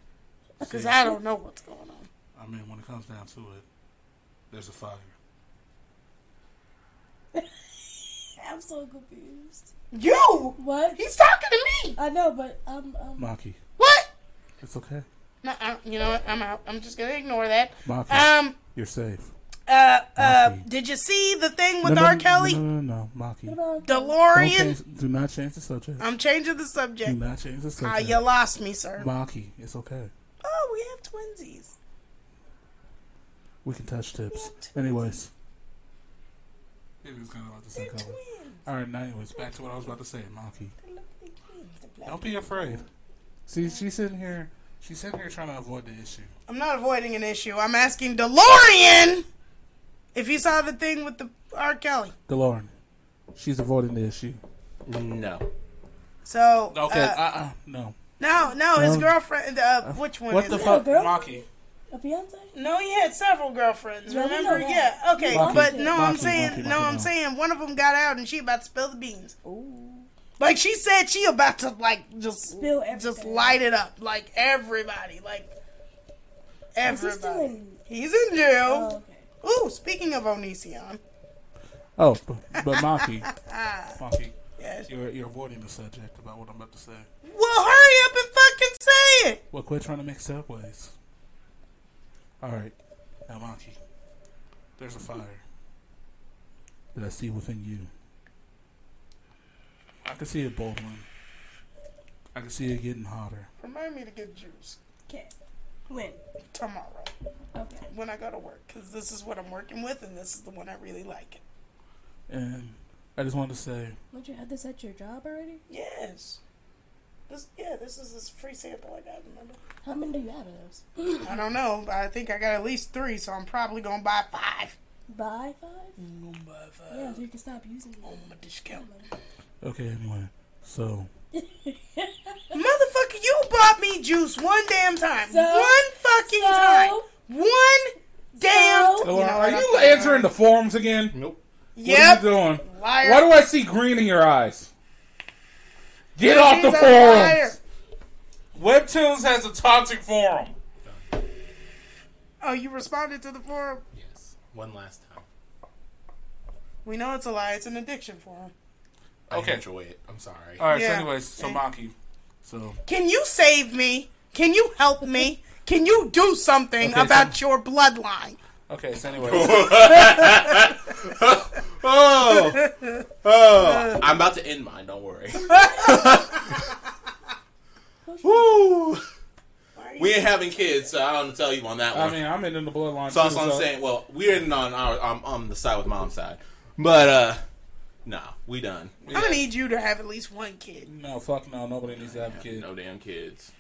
Because I don't know what's going on.
I mean, when it comes down to it, there's a fire.
I'm so confused.
You?
What?
He's talking to me.
I know, but um, um
Maki,
What?
it's okay.
No, I, you know what? I'm out. I'm just gonna ignore that.
Maki,
Ah!
Um.
you're safe.
Uh. Uh.
Maki.
Did you see the thing with
No, no,
R.
no,
Kelly?
No, no, no, no, Maki. Don't
what about
DeLorean.
change- do not change the subject.
Ah,
I'm changing the
Do
subject.
not change the
Ah,
subject.
you lost me, sir.
Maki, it's okay.
Oh, we have twinsies.
We can touch tips. Anyways.
It was kind of like the
Oh.
same color.
twins?
All right, now anyways, back to what I was about to say, Maki.
They look like twins. The black-
Don't be afraid.
See, she's sitting here.
She's sitting here trying to avoid the issue.
I'm not avoiding an issue. I'm asking DeLorean if he saw the thing with the R. Kelly.
DeLorean. She's avoiding the issue.
No.
So
Okay, uh,
uh,
uh no.
No, no, his
No.
girlfriend. Uh, which one?
Um, what
is
the
it?
fuck?
A girl?
Maki,
A fiance?
No, he had several girlfriends.
Yeah, we
remember?
know
Yeah.
that.
Okay,
Monkey.
but no, I'm
Monkey,
saying
monkey,
no,
monkey,
I'm
no.
saying one of them got out and she about to spill the beans.
Ooh.
Like she said, she about to like just
Spill
just
everything.
light it up, like everybody, like
Is he
everybody.
still in?
He's in
Oh,
jail.
okay.
Ooh, speaking of Onision,
Oh, but, but Maki.
Maki,
yes.
you're you're avoiding the subject about what I'm about to say.
Well, hurry up and fucking say it.
Well, quit trying to make subways. All right, now Maki, there's a fire that I see within you. I can see it boiling. I can see it getting hotter.
Remind me to get juice
Okay. When?
tomorrow
Okay.
when I go to work, cause this is what I'm working with, and this is the one I really like.
And I just wanted to say,
Don't you have this at your job already?
Yes. This, yeah, this is this free sample I got, remember?
How many do you have of those?
I don't know, but I think I got at least three, so I'm probably gonna buy five.
Buy five?
I'm gonna buy five
Yeah, so you can stop using them.
on my discount.
okay, anyway. So
Motherfucker, you bought me juice one damn time.
So-
one fucking
so-
time. One damn
So-
time.
Laura, are you answering the forums again?
Nope.
What
Yep.
are you doing?
Liar.
Why do I see green in your eyes? Get
She's
off the
a liar.
forums! Webtoons has a toxic forum.
Oh, you responded to the forum?
Yes. One last time.
We know it's a lie. It's an addiction forum.
Okay. I enjoy it. I'm sorry.
All right.
Yeah.
So, anyways, so Maki. So
Can you save me? Can you help me? Can you do something
Okay,
about your bloodline?
okay. So anyway,
Oh, oh! I'm about to end mine. Don't worry. Woo! We ain't having kids, so I don't tell you on that one.
I mean, I'm in the bloodline.
so that's
too,
what I'm
so-
saying. Well, we're in on our um, on the side with mom's side, but uh, no, we done.
I'm gonna need you to have at least one kid.
No, fuck no. Nobody needs to have a kid.
No damn kids.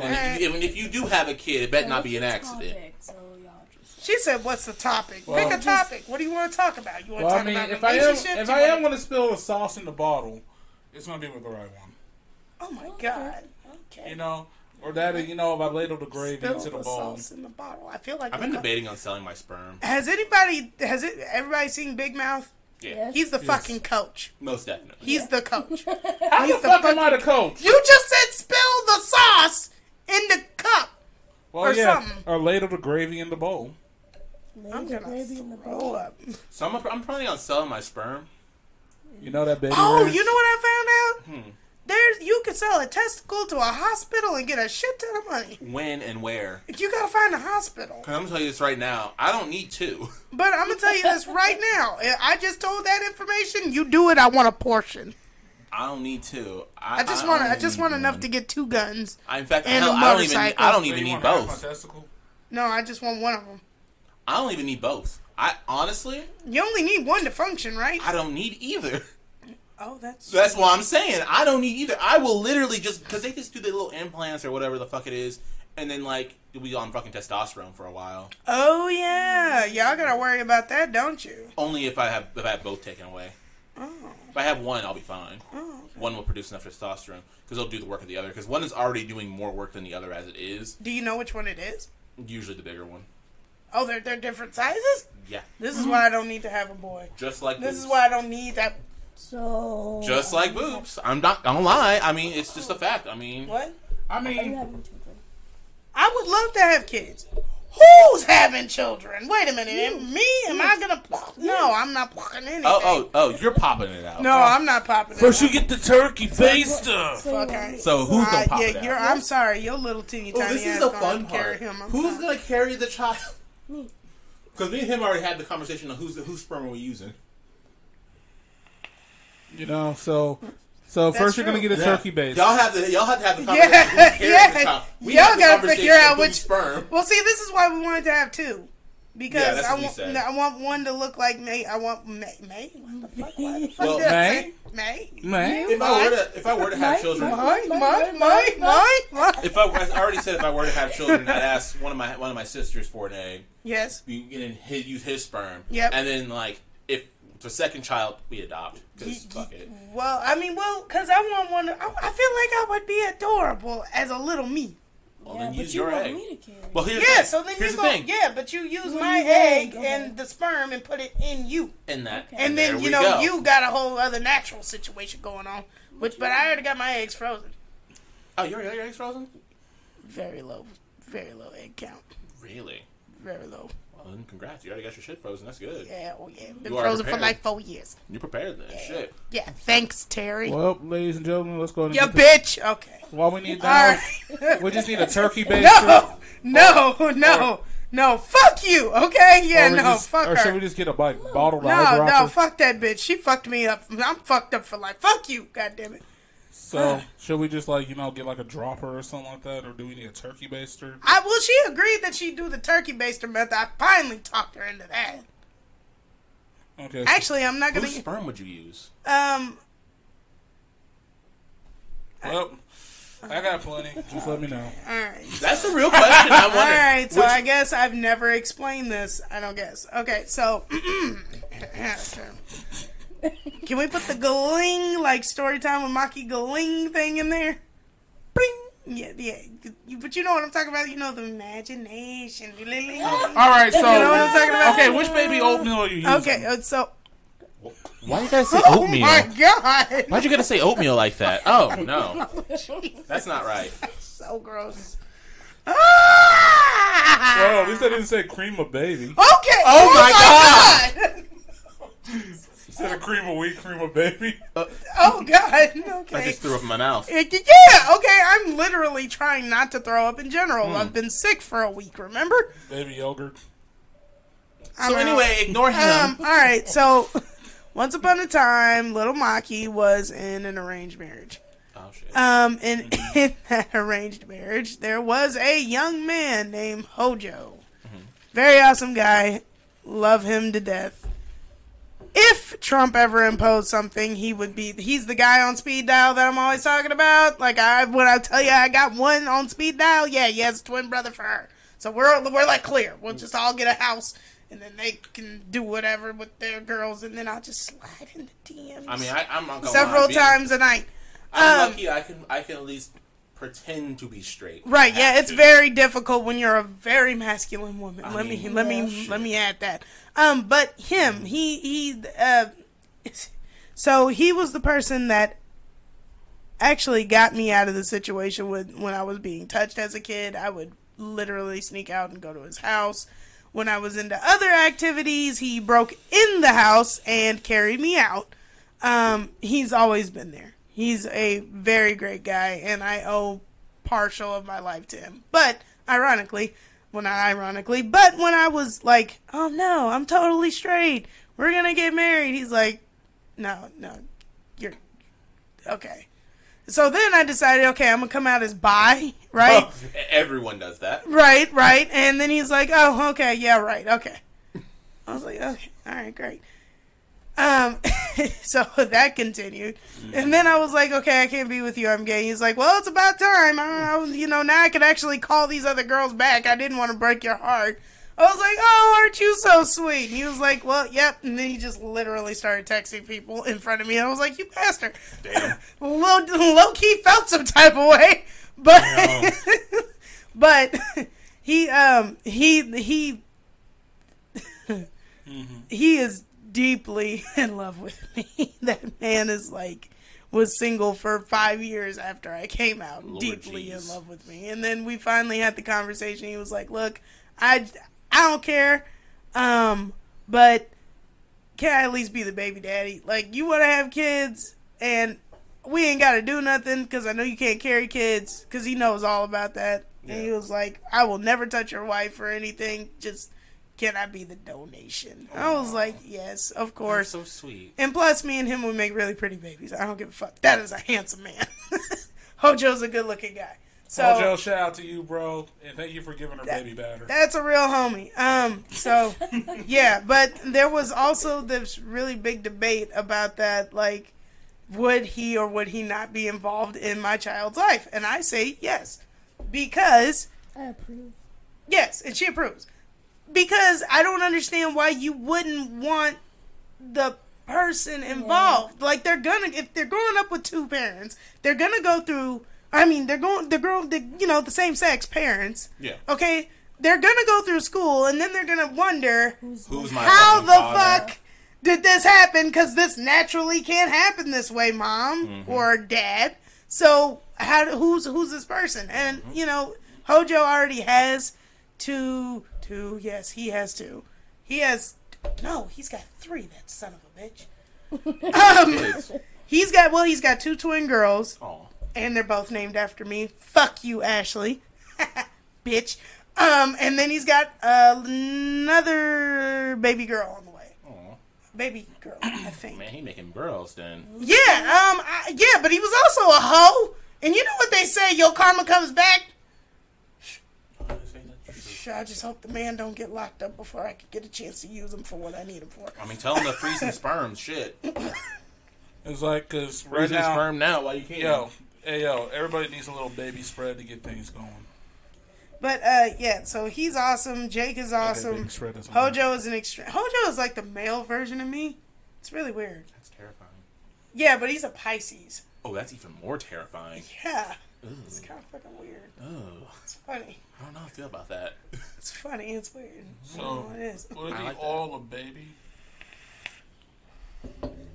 And if you, even if you do have a kid, it better not be an accident.
So y'all just.
She said, "What's the topic?
Well,
Pick a topic. What do you want to talk about? You want to
Well,
talk
I mean,
about
if I am,
relationships?
if
You
I am
wanna-
going to spill the sauce in the bottle,
it's gonna be with the right one.
oh my god,
You
okay.
know,
or that, you know, if I ladle the gravy
Spill
into the
the
bowl.
sauce in the bottle. I feel like
I've been debating on selling my sperm.
Has anybody? Has it? Everybody seen Big Mouth?
Yeah,
Yes.
He's the fucking coach.
most definitely.
He's the coach.
How the
He's the
fuck am I the coach?
you just said spill the sauce in the cup.
Well,
or
yeah,
something.
or ladle the gravy in the bowl.
I'm
Lady
gonna
Gravy in the
throw
bowl.
up.
So I'm, I'm planning on selling my sperm.
You know that baby.
Oh,
Ruth?
you know what I found out? There's you can sell a testicle to a hospital and get a shit ton of money.
When and where?
You gotta find a hospital.
I'm gonna tell you this right now. I don't need two.
But I'm gonna tell you this right now. I- I just told that information. You do it. I want a portion.
I don't need two.
I just want. I
only
just
need
want
one.
enough to get two guns.
I, in fact,
and
hell,
a
I don't even.
motorcycle.
I don't
so
even
you
need
want to have my
both.
testicle?
No, I just want one of them.
I don't even need both. I honestly,
You only need one to function, right?
I don't need either.
Oh, that's
So that's what I'm saying. I don't need either. I will literally just because they just do the little implants or whatever the fuck it is, and then like we on fucking testosterone for a while.
Oh yeah, y'all gotta worry about that, don't you?
Only if I have if I have both taken away.
Oh.
If I have one, I'll be fine. One will produce enough testosterone because it'll do the work of the other. Because one is already doing more work than the other as it is.
Do you know which one it is?
Usually the bigger one.
Oh, they're they're different sizes.
Yeah,
This is why I don't need to have a boy.
just like
This
boobs.
is why I don't need that.
So.
Just like boobs. I'm not. I don't lie. I mean, it's just a fact. I mean,
What?
I
Are you
mean,
having children?
I would love to have kids. Who's having children? Wait a minute. Me? Am I gonna? No, I'm not plucking anything.
oh, oh, oh, you're popping it out.
No, I'm not popping. it.
you get the turkey face stuff.
So you
Okay.
want-
So who's gonna
Uh,
pop it
yeah,
out?
you're. I'm sorry. Your little teeny
Oh,
tiny
this
ass
is the
gonna
fun
carry
part.
him. I'm
who's
sorry.
gonna carry the child? Because me and him already had the conversation of who's whose sperm are we using.
You know, so so first you're
true.
gonna get a turkey base.
Y'all have the y'all have to have the conversation.
Yeah,
Yeah, yeah.
yeah.
The child. We
Y'all
have the
gotta
conversation
figure out
of whose
which-
sperm.
Well, see, this is why we wanted to have two.
Yeah,
Because
that's
I
what you
want,
said.
I want one to look like May. I want May. May. What the fuck? What the fuck
Well,
did I
May?
say? May.
Man,
If I were to if I were to have
Mike,
children,
Mike.
May. May. May. May. May.
if I, were- I already said if I were to have children, I'd ask one of my one of my sisters for an egg.
Yes.
You can then hi- use his sperm.
Yep.
And then like if the second child we adopt
Ye-
because fuck it.
Well, I mean, well, because I want one. I, I feel like I would be adorable as a little me.
Well,
Yeah,
then
but
use
you
your
want
egg.
me to carry.
Well, here's
Yeah,
the,
so then
here's
you
the
go.
thing.
Yeah, but you use
Well,
my
you can,
egg
go
and
ahead.
the sperm and put it in you,
In that,
Okay.
and,
and there
then you
we
know
go.
you got a whole other natural situation going on. Which, but I already got my eggs frozen.
Oh, your your eggs frozen?
Very low, very low egg count.
Really?
Very low.
Well, then congrats. You already got your shit frozen. That's good.
Yeah, oh yeah. Been
You are
frozen for
prepared.
like four years.
You prepared then. Shit.
Yeah, thanks, Terry.
well, ladies and gentlemen, let's go. and
Yeah,
get
bitch. Okay.
the- While we need
All
that,
right.
we just need a turkey base.
no, no, no, no. Fuck you. Okay. Yeah. No. fuck
or
her.
should we just get a like, bottle of eye
No, no,
dropper?
fuck that bitch. She fucked me up. I'm fucked up for life. Fuck you, goddammit.
So should we just like you know get like a dropper or something like that, or do we need a turkey baster?
I well, she agreed that she'd do the turkey baster method. I finally talked her into that.
Okay.
Actually, I'm not gonna.
Whose sperm would you use?
Um,
well, I got plenty. Just let me know.
all right.
That's the real question I
All
wonder.
right, so
Which-
I guess I've never explained this. I don't guess. Okay, so can we put the gling like story time with Maki gling thing in there? Yeah, yeah. You- But you know what I'm talking about? You know the imagination.
Oh,
All right, so
know what I'm talking about?
okay, which baby oatmeal are you using?
Okay, uh, so
Why you gotta say
oh
oatmeal?
my god,
Why'd you gotta say oatmeal like that? Oh no, that's not right.
so gross. Ah!
Oh, at least I didn't say cream a baby.
Okay.
Oh my
god.
Instead of cream a wheat, cream a baby.
Oh god. Okay.
I just threw up in my mouth.
Yeah, yeah, okay. I'm literally trying not to throw up in general.
Hmm.
I've been sick for a week, remember?
Baby yogurt.
I'm
So
out.
anyway, ignore him.
Um, all right, so once upon a time, little Maki was in an arranged marriage.
oh shit.
Um, and in that arranged marriage, there was a young man named Hojo. Very awesome guy. Love him to death. If Trump ever imposed something, he would be. He's the guy on speed dial that I'm always talking about. Like I, when I tell you I got one on speed dial, yeah, he has a twin brother for her. So we're we're like clear. We'll just all get a house, and then they can do whatever with their girls, and then I'll just slide into DMs
I mean, I, I'm not gonna
several
lie. Being-
times a night.
I'm
um,
lucky. I can I can at least pretend to be straight.
Right, yeah,
Have
it's
to.
very difficult when you're a very masculine woman. let me
mean, Mm.
let me let me add that. Um, but him, he he uh so he was the person that actually got me out of the situation with when I was being touched as a kid. I would literally sneak out and go to his house. When I was into other activities, he broke in the house and carried me out. Um, he's always been there. He's a very great guy, and I owe partial of my life to him. But ironically, well, not ironically, but when I was like, oh no, I'm totally straight. We're gonna get married. He's like, no, no, you're okay. So then I decided, okay, I'm gonna come out as bi, right?
Oh, everyone does that.
Right, right. And then he's like, "Oh, okay, yeah, right, okay." I was like, "Okay, all right, great." Um, so that continued, and then I was like, "Okay, I can't be with you. I'm gay." He's like, "Well, it's about time. I, I- you know, now I could actually call these other girls back. I didn't want to break your heart." I was like, "Oh, aren't you so sweet?" And he was like, "Well, yep." And then he just literally started texting people in front of me. I was like, "You bastard!" Damn. low, low key felt some type of way, but but he um he he he is deeply in love with me that man is like was single for five years after i came out
Lord
deeply
jeez.
in love with me and then we finally had the conversation he was like look i i don't care um but can I at least be the baby daddy? Like, you want to have kids, and we ain't got to do nothing because I know you can't carry kids because he knows all about that. And he was like, I will never touch your wife or anything. Just, can I be the donation? I was like, yes, of
You're
course.
so sweet.
And plus, me and him would make really pretty babies. I don't give a fuck. That is a handsome man. Hojo's a good looking guy. So,
Mojo, shout out to you, bro, and thank you for giving her baby batter.
That's a real homie. Um, so yeah, but there was also this really big debate about that, like, would he or would he not be involved in my child's life? And I say yes, because
I approve.
yes, and she approves because I don't understand why you wouldn't want the person involved. Like they're gonna if they're growing up with two parents, they're gonna go through. I mean, they're going they're growing the you know the same sex parents
Yeah.
okay they're gonna go through school and then they're gonna wonder
Who's my
how
fucking
the
father?
fuck did this happen because this naturally can't happen this way mom or dad so how do- who's who's this person and you know hojo already has two two yes he has two he has no he's got three that son of a bitch Um,
Kids.
he's got well he's got two twin girls
Aw.
and they're both named after me. Fuck you, Ashley, bitch. Um, and then he's got uh, another baby girl on the way.
Aw.
Baby girl, I think.
Man, he making burls then.
Yeah, um, I, yeah, but he was also a hoe. And you know what they say? Your karma comes back. Shit, I just hope the man don't get locked up before I could get a chance to use him for what I need him for.
I mean, tell him to freeze some sperm. Shit,
It's like, cause right
freeze some
now,
sperm now while you can.
yo, hey yo, everybody needs a little baby spread to get things going.
But uh, yeah, so he's awesome. Jake is awesome.
Baby spread is-
Hojo is an extreme. Hojo is like the male version of me. It's really weird.
that's terrifying.
Yeah, but he's a Pisces.
Oh, that's even more terrifying.
Yeah. It's kind of fucking weird.
Oh,
It's funny.
I don't know how I feel about that.
It's funny. It's weird.
So,
It is.
would it
I
be
like that.
all a baby?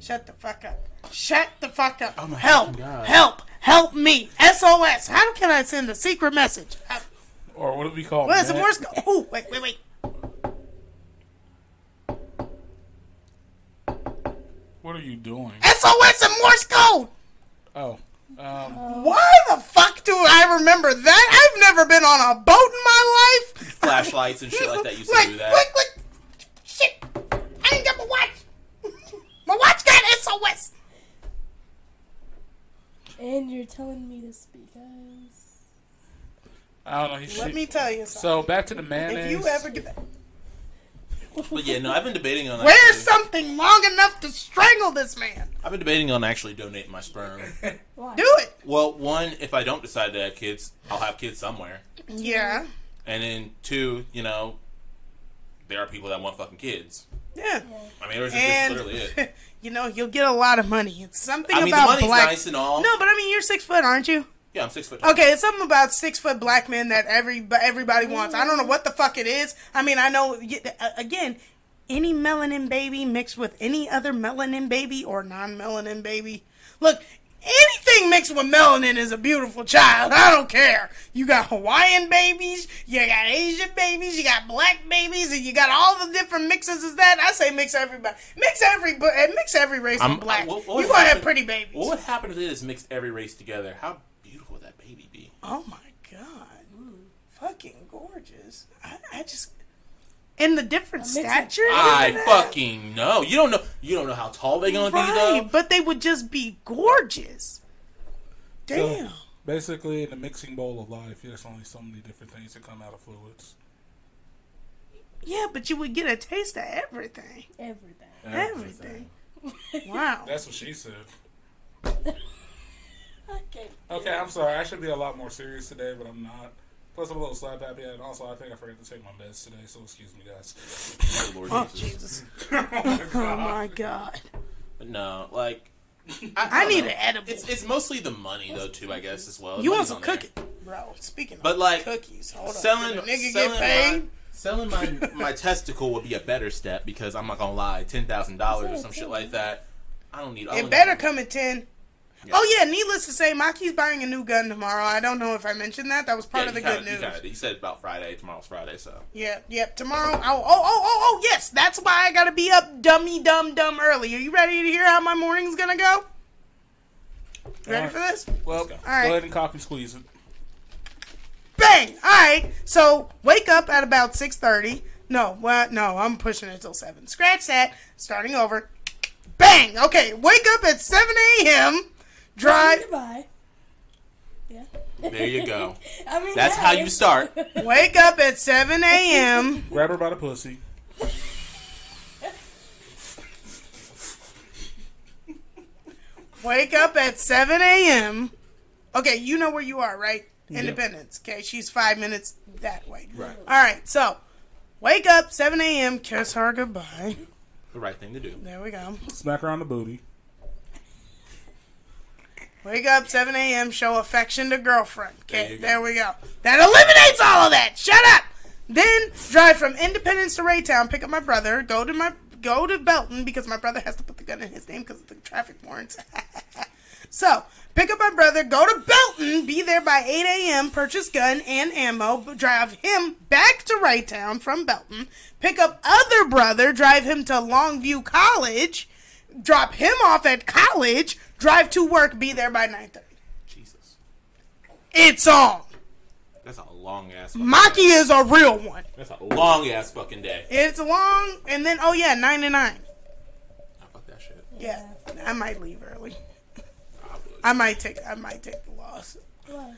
Shut the fuck up. Shut the fuck up.
Oh my
help.
fucking God.
Help. Help me. SOS. How can I send a secret message? Uh,
Or what do we call
what is the
Matt-
worst? Oh, wait, wait, wait.
What are you doing?
SOS and Morse code.
Oh. Um,
Why the fuck do I remember that? I've never been on a boat in my life.
Flashlights and shit like that used to
Like,
do that.
Quick, quick. Shit. I ain't got my watch. my watch got SOS.
And you're telling me this because
I don't know. He's
Let me tell you something.
so back to the
if
mayonnaise.
you ever do that.
But yeah, no, I've been debating on.
Wear
actually-
something long enough to strangle this man.
I've been debating on actually donating my sperm.
why?
Do it.
well, one, if I don't decide to have kids, I'll have kids somewhere.
Yeah.
And then two, you know, there are people that want fucking kids.
Yeah.
I mean, there's just
And
literally it.
you know, you'll get a lot of money. It's something
I mean, the
about
money's
black.
nice and all.
No, but I mean, you're six foot, aren't you?
Yeah, I'm six foot. tall.
Okay, it's something about six foot black men that every everybody wants. I don't know what the fuck it is. I mean, I know y- uh, again, any melanin baby mixed with any other melanin baby or non melanin baby. Look, anything mixed with melanin is a beautiful child. I don't care. You got Hawaiian babies, you got Asian babies, you got black babies, and you got all the different mixes. Is that I say mix everybody, mix every, bu- uh, mix every race
I'm-
of black.
I- what- what
you
would
gonna have
happen-
pretty babies.
What would happen if they just mixed every race together? How beautiful would that baby be?
Oh my god. Fucking gorgeous. I, I just in the different
mix of-
stature.
I fucking know. You don't know. You don't know how tall they're gonna
right,
be
but they would just be gorgeous. Damn.
Basically, in the mixing bowl of life, there's only so many different things that come out of fluids.
yeah, but you would get a taste of everything.
everything.
Oh,
Everything. Wow.
That's what she said.
Okay.
Okay, I'm sorry. I should be a lot more serious today, but I'm not. Plus, I'm a little slap happy, and also, I think I forgot to take my meds today, so excuse me, guys.
though. Lord
Oh
Jesus.
Jesus. Oh my god.
But no, like
I need an edible.
it's it's mostly the money though too. I guess as well.
you want
Money's
some
on there.
cookie, bro? Speaking of
But, like,
cookies, hold
Selling,
on. Did a nigga
selling
get paid.
My, selling my my testicle would be a better step because I'm not gonna lie, ten thousand dollars or some shit like that. I don't need. I
It
don't
better
need-
come at 10. Oh, yeah, needless to say, Maki's buying a new gun tomorrow. I don't know if I mentioned that. That was part
Yeah,
of the
you kinda,
good news.
You, kinda, you said about Friday. Tomorrow's Friday, so
Yep, yep. Tomorrow. Oh, oh, oh, oh, oh, yes. That's why I got to be up dummy, dumb, dumb early. Are you ready to hear how my morning's going to go? You Ready
Uh,
All right.
for this?
Well,
go.
go
right.
ahead and copy squeeze it.
bang all right so wake up at about 6.30 no well no i'm pushing it till 7 scratch that starting over bang okay wake up at 7 a.m drive
Goodbye. Yeah.
there you go.
I mean,
That's
yeah,
how you
it's-
start.
wake up at 7 a.m
Grab her by the pussy.
wake up at 7 a.m okay you know where you are right independence okay she's five minutes that way right all right so wake up 7 a.m kiss her goodbye
The right thing to do.
there we go
Smack her on the booty.
Wake up 7 a.m. Show affection to girlfriend.
There
Okay,
you go.
there, we go. That eliminates all of that. Shut up. Then drive from Independence to Raytown, pick up my brother, go to my go to Belton because my brother has to put the gun in his name because of the traffic warrants. so pick up my brother, go to Belton, be there by 8 a.m. Purchase gun and ammo, b- drive him back to Raytown from Belton, pick up other brother, drive him to Longview College drop him off at college, drive to work, be there by 9.30.
Jesus,
It's on.
that's a long ass.
Maki is a real one.
That's a long ass fucking day.
It's long, and then, oh yeah, 9 to 9.
I fuck that shit.
Yeah, I might leave early.
I would.
I might take, I might take the loss.
Why?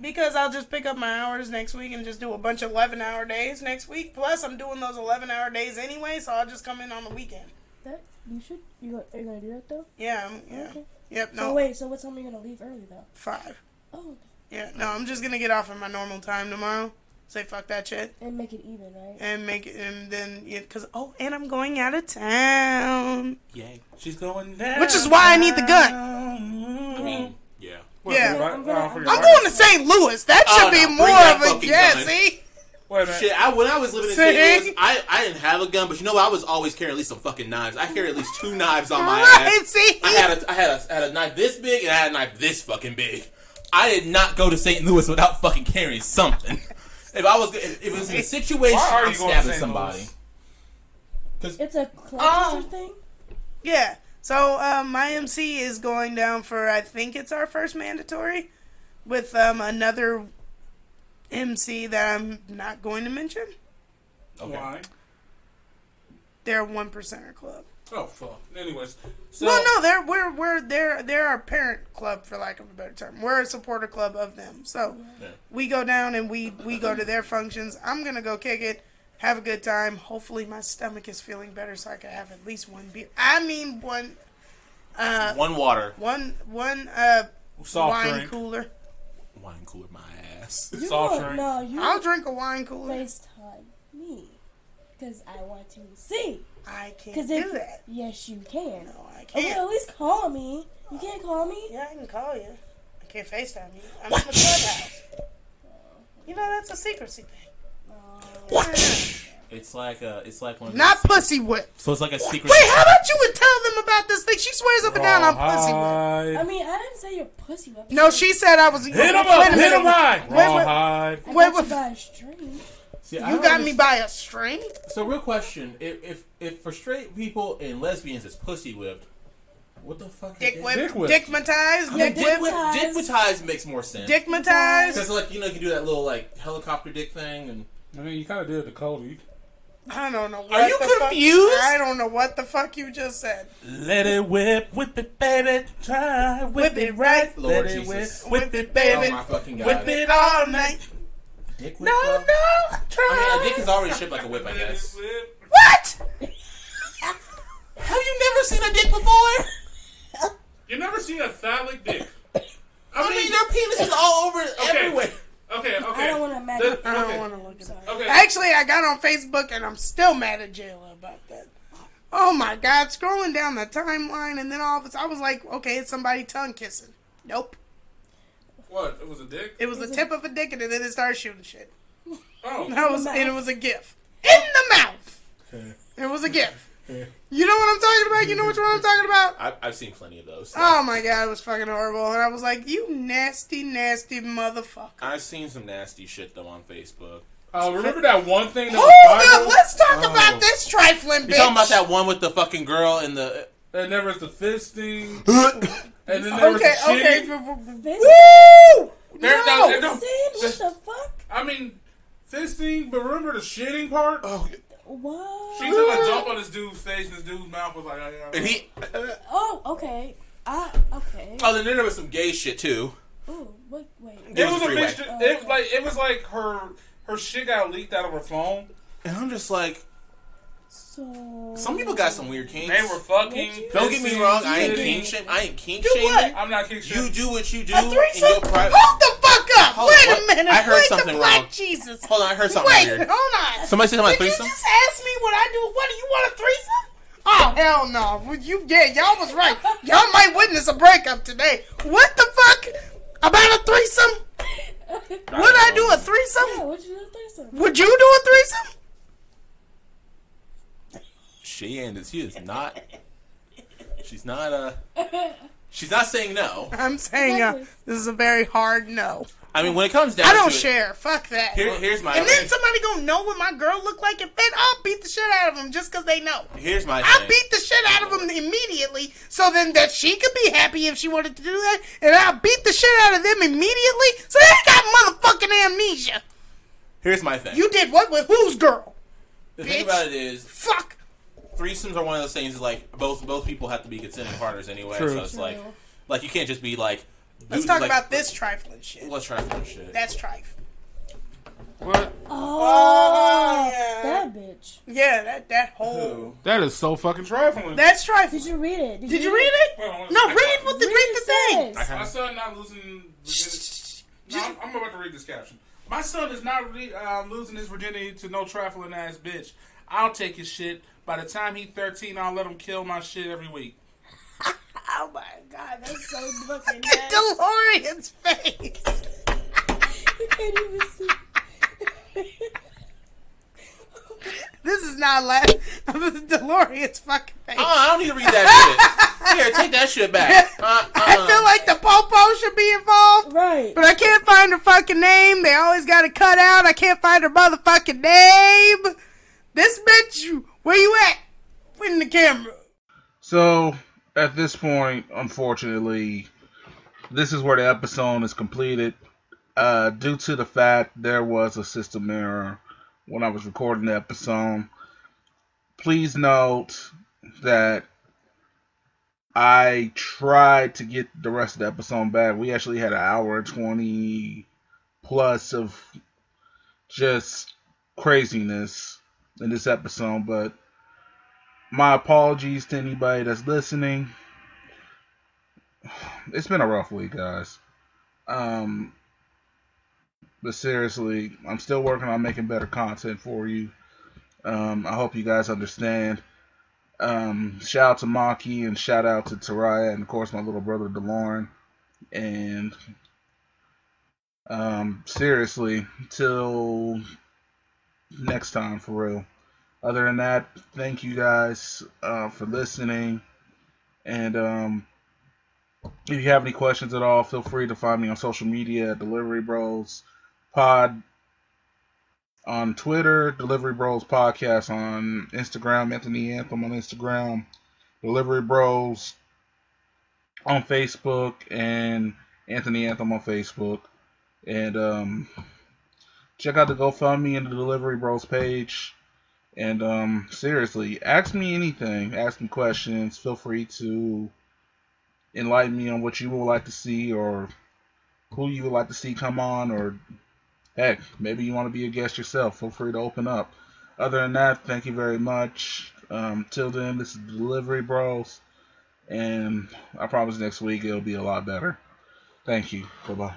Because I'll just pick up my hours next week and just do a bunch of 11 hour days next week. Plus, I'm doing those 11 hour days anyway, so I'll just come in on the weekend.
That you should. You go- are you gonna do that though?
Yeah, I'm- yeah.
Okay.
Yep,
So
no,
wait. So what time are you gonna leave early though?
five.
Oh,
Yeah, no, I'm just gonna get off at my normal time tomorrow. Say fuck that shit.
and make it even, right?
and make it, and then because oh, and I'm going out of town,
Yay.
She's going down.
which is why I need the gun.
I mean, yeah.
Yeah.
I'm gonna- I'm
I'm going to St. Louis. That should
Oh,
be
no, bring
more
that
of a
fucking
yeah.
gun.
See,
Wait a minute.
Shit, I when I was living in
Sing.
St. Louis, I, I didn't have a gun, but you know what? I was always carrying at least some fucking knives. I carried at least two knives on my
right?
ass.
See,
I had a I had a, I had a knife this big and I had a knife this fucking big. I did not go to St. Louis without fucking carrying something. If I was if, if it was in a situation,
Why are
I'm
you going to
stabbing
St.
somebody.
Louis?
It's a collector's
Oh.
thing.
yeah. So um, my MC is going down for I think it's our first mandatory with um, another MC that I'm not going to mention.
Okay.
Why?
They're a one percenter club.
Oh fuck. Anyways, so
well, no, they're we're we're they're they're our parent club for lack of a better term. We're a supporter club of them, so
Yeah.
we go down and we we go to their functions. I'm gonna go kick it, have a good time. Hopefully, my stomach is feeling better so I can have at least one beer. I mean one uh
One water,
one one uh
soft
wine
drink.
cooler.
wine cooler my ass.
You
Soft
look-
drink.
No, you
I'll drink a wine cooler.
based on me because I want to see.
I can't
Because
do
if
that.
yes, you can.
No, I
Okay,
can't.
at least call me. You can't call me.
Yeah, I can call you. I can't FaceTime you. I'm in the clubhouse. You know that's a secrecy thing.
It's like uh, it's like one.
Not pussy whip.
so it's like a secret.
Wait, how about you would tell them about this thing? She swears up and down I'm pussy whipped.
I
Rawhide.
mean, I didn't say your pussy whipped.
No, she said I was. Hit
Uh-huh. Hit him up. Hit him high. Rawhide.
I
Wait,
got
what-
you by a string.
See, I
You
don't
got me
understand-
by a string.
So, real question: if, if if for straight people and lesbians it's pussy whipped, what the fuck?
Dick whip.
Dick whip.
Dickmatized.
I mean,
Dick whip.
dick whip. Dick
Dickmatized.
whipped makes more sense.
Dickmatized.
Because like you know you can do that little like helicopter dick thing and
I mean, you kind of did the Cody.
I don't know. What
Are you
the fuck-
confused?
I don't know what the fuck you just said.
Let it whip, whip it, baby. Try whip,
Whip it right.
Lord
Let
Jesus.
it whip, whip it,
oh
baby.
my fucking god,
Whip it.
All night.
dick whip.
No, no.
bro? I mean, a
Try.
dick is already shaped like a whip, I guess.
What?
Have you never seen a dick before?
You never seen a phallic dick.
I mean, their penis is all over everywhere.
Okay, okay.
I don't want to imagine.
The-
I don't
okay.
want to look at that.
Okay.
Actually, I got on Facebook and I'm still mad at JLo about that. Oh my God! Scrolling down the timeline and then all of a sudden I was like, okay, it's somebody tongue kissing. Nope,
What? It was a dick?
it was the tip of a dick and then it started shooting shit.
Oh.
That was and it was a gif in the mouth. It was a gif. You know what I'm talking about? You know which one I'm talking about?
I, I've seen plenty of those.
Oh my God! It was fucking horrible, and I was like, you nasty, nasty motherfucker.
I've seen some nasty shit though on Facebook.
Oh, remember that one thing Oh, that
Hold up,
was
let's talk about this trifling bitch.
You talking about that one with the fucking girl in the?
viral? And there was the fisting,
I
and then there was
Okay,
the
okay.
shitting.
Vincent,
Woo!
There-
no.
there- there- no.
what the fuck?
I mean, fisting, but remember the shitting part? Oh,
What?
She took a jump on this dude's face, and this dude's mouth was like, oh, yeah.
And he.
Oh, okay. I okay.
Oh, then there was some gay shit too.
Ooh, wait, wait.
It
it
was
was a
freeway.
mixture. It was like it was like her her shit got leaked out of her phone.
And I'm just like,
So
some people got some weird kinks.
They were fucking.
Don't get me wrong, I ain't
fisting,
kink shame. I ain't kink
Do
shaming.
I'm not king
You
shaming.
do what you do.
A
in your
threesome?
private.
Hold the fuck up!
Hold
Wait
on,
a
what?
minute!
I heard
Wait
something
the black
wrong.
Jesus.
Hold on, I heard something
Wait,
weird.
hold on.
Somebody said something about
Did you
threesome?
just ask me what I do? What do you want a threesome? Oh hell no! Well, You yeah, y'all was right. Y'all might witness a breakup today. What the fuck about a threesome? Would I do a
Yeah,
threesome?
what you do threesome?
Would you do a threesome?
She and she is not. She's not uh She's not saying no.
I'm saying uh, this is a very hard no.
I mean, when it comes down,
I don't
to it-
share. Fuck that.
here, here's my.
and then somebody gonna know what my girl look like and then I'll beat the shit out of them just cause they know.
here's my.
I
thing.
beat the shit out of them immediately, so then that she could be happy if she wanted to do that, and I beat the shit out of them immediately, so they got motherfucking amnesia.
Here's my thing.
You did what with whose girl?
the thing
bitch.
about it is,
Fuck.
threesomes are one of those things. Is like both both people have to be consenting partners anyway.
True.
So it's like, like you can't just be like.
Let's
dude,
talk
like,
about this trifling shit.
Let's try some shit.
That's trife.
What?
Uh,
Oh,
yeah.
that bitch.
Yeah, that that whole.
That is so fucking trifling.
That's trifling.
Did you read it?
Did you read it?
Well,
No,
I-
read what the read the thing.
Says.
My son not losing. virginity- No, I'm, I'm about to read this caption. My son is not re- uh, losing his virginity to no trifling ass bitch. I'll take his shit. By the time he's 13, I'll let him kill my shit every week.
Oh my god,
That's so fucking
that's DeLorean's
nasty.
face.
You can't even see.
This is not laugh. This is DeLorean's fucking face.
Uh, I don't need to read that shit. Here, take that shit back. Uh,
I feel like the Popo should be involved,
Right.
but I can't find her fucking name. They always got it cut out. I can't find her motherfucking name. This bitch, where you at? In the camera.
So at this point, unfortunately, this is where the episode is completed. Uh, due to the fact there was a system error when I was recording the episode, please note that I tried to get the rest of the episode back. We actually had an hour and 20 plus of just craziness in this episode, but my apologies to anybody that's listening. It's been a rough week, guys. Um, but seriously, I'm still working on making better content for you. Um, I hope you guys understand. Um, shout out to Maki and shout out to Taraya and of course my little brother DeLorean. And um, seriously, till next time for real other than that, thank you guys uh, for listening. And um, if you have any questions at all, feel free to find me on social media at Delivery Bros Pod on Twitter, Delivery Bros Podcast on Instagram, Anthony Anthem on Instagram, Delivery Bros on Facebook, and Anthony Anthem on Facebook. And um, check out the GoFundMe and the Delivery Bros page. And um, seriously, ask me anything. Ask me questions. Feel free to enlighten me on what you would like to see or who you would like to see come on, or heck, maybe you want to be a guest yourself. Feel free to open up. Other than that, thank you very much. Um, till then, this is Delivery Bros. And I promise next week it'll be a lot better. Thank you. Bye bye.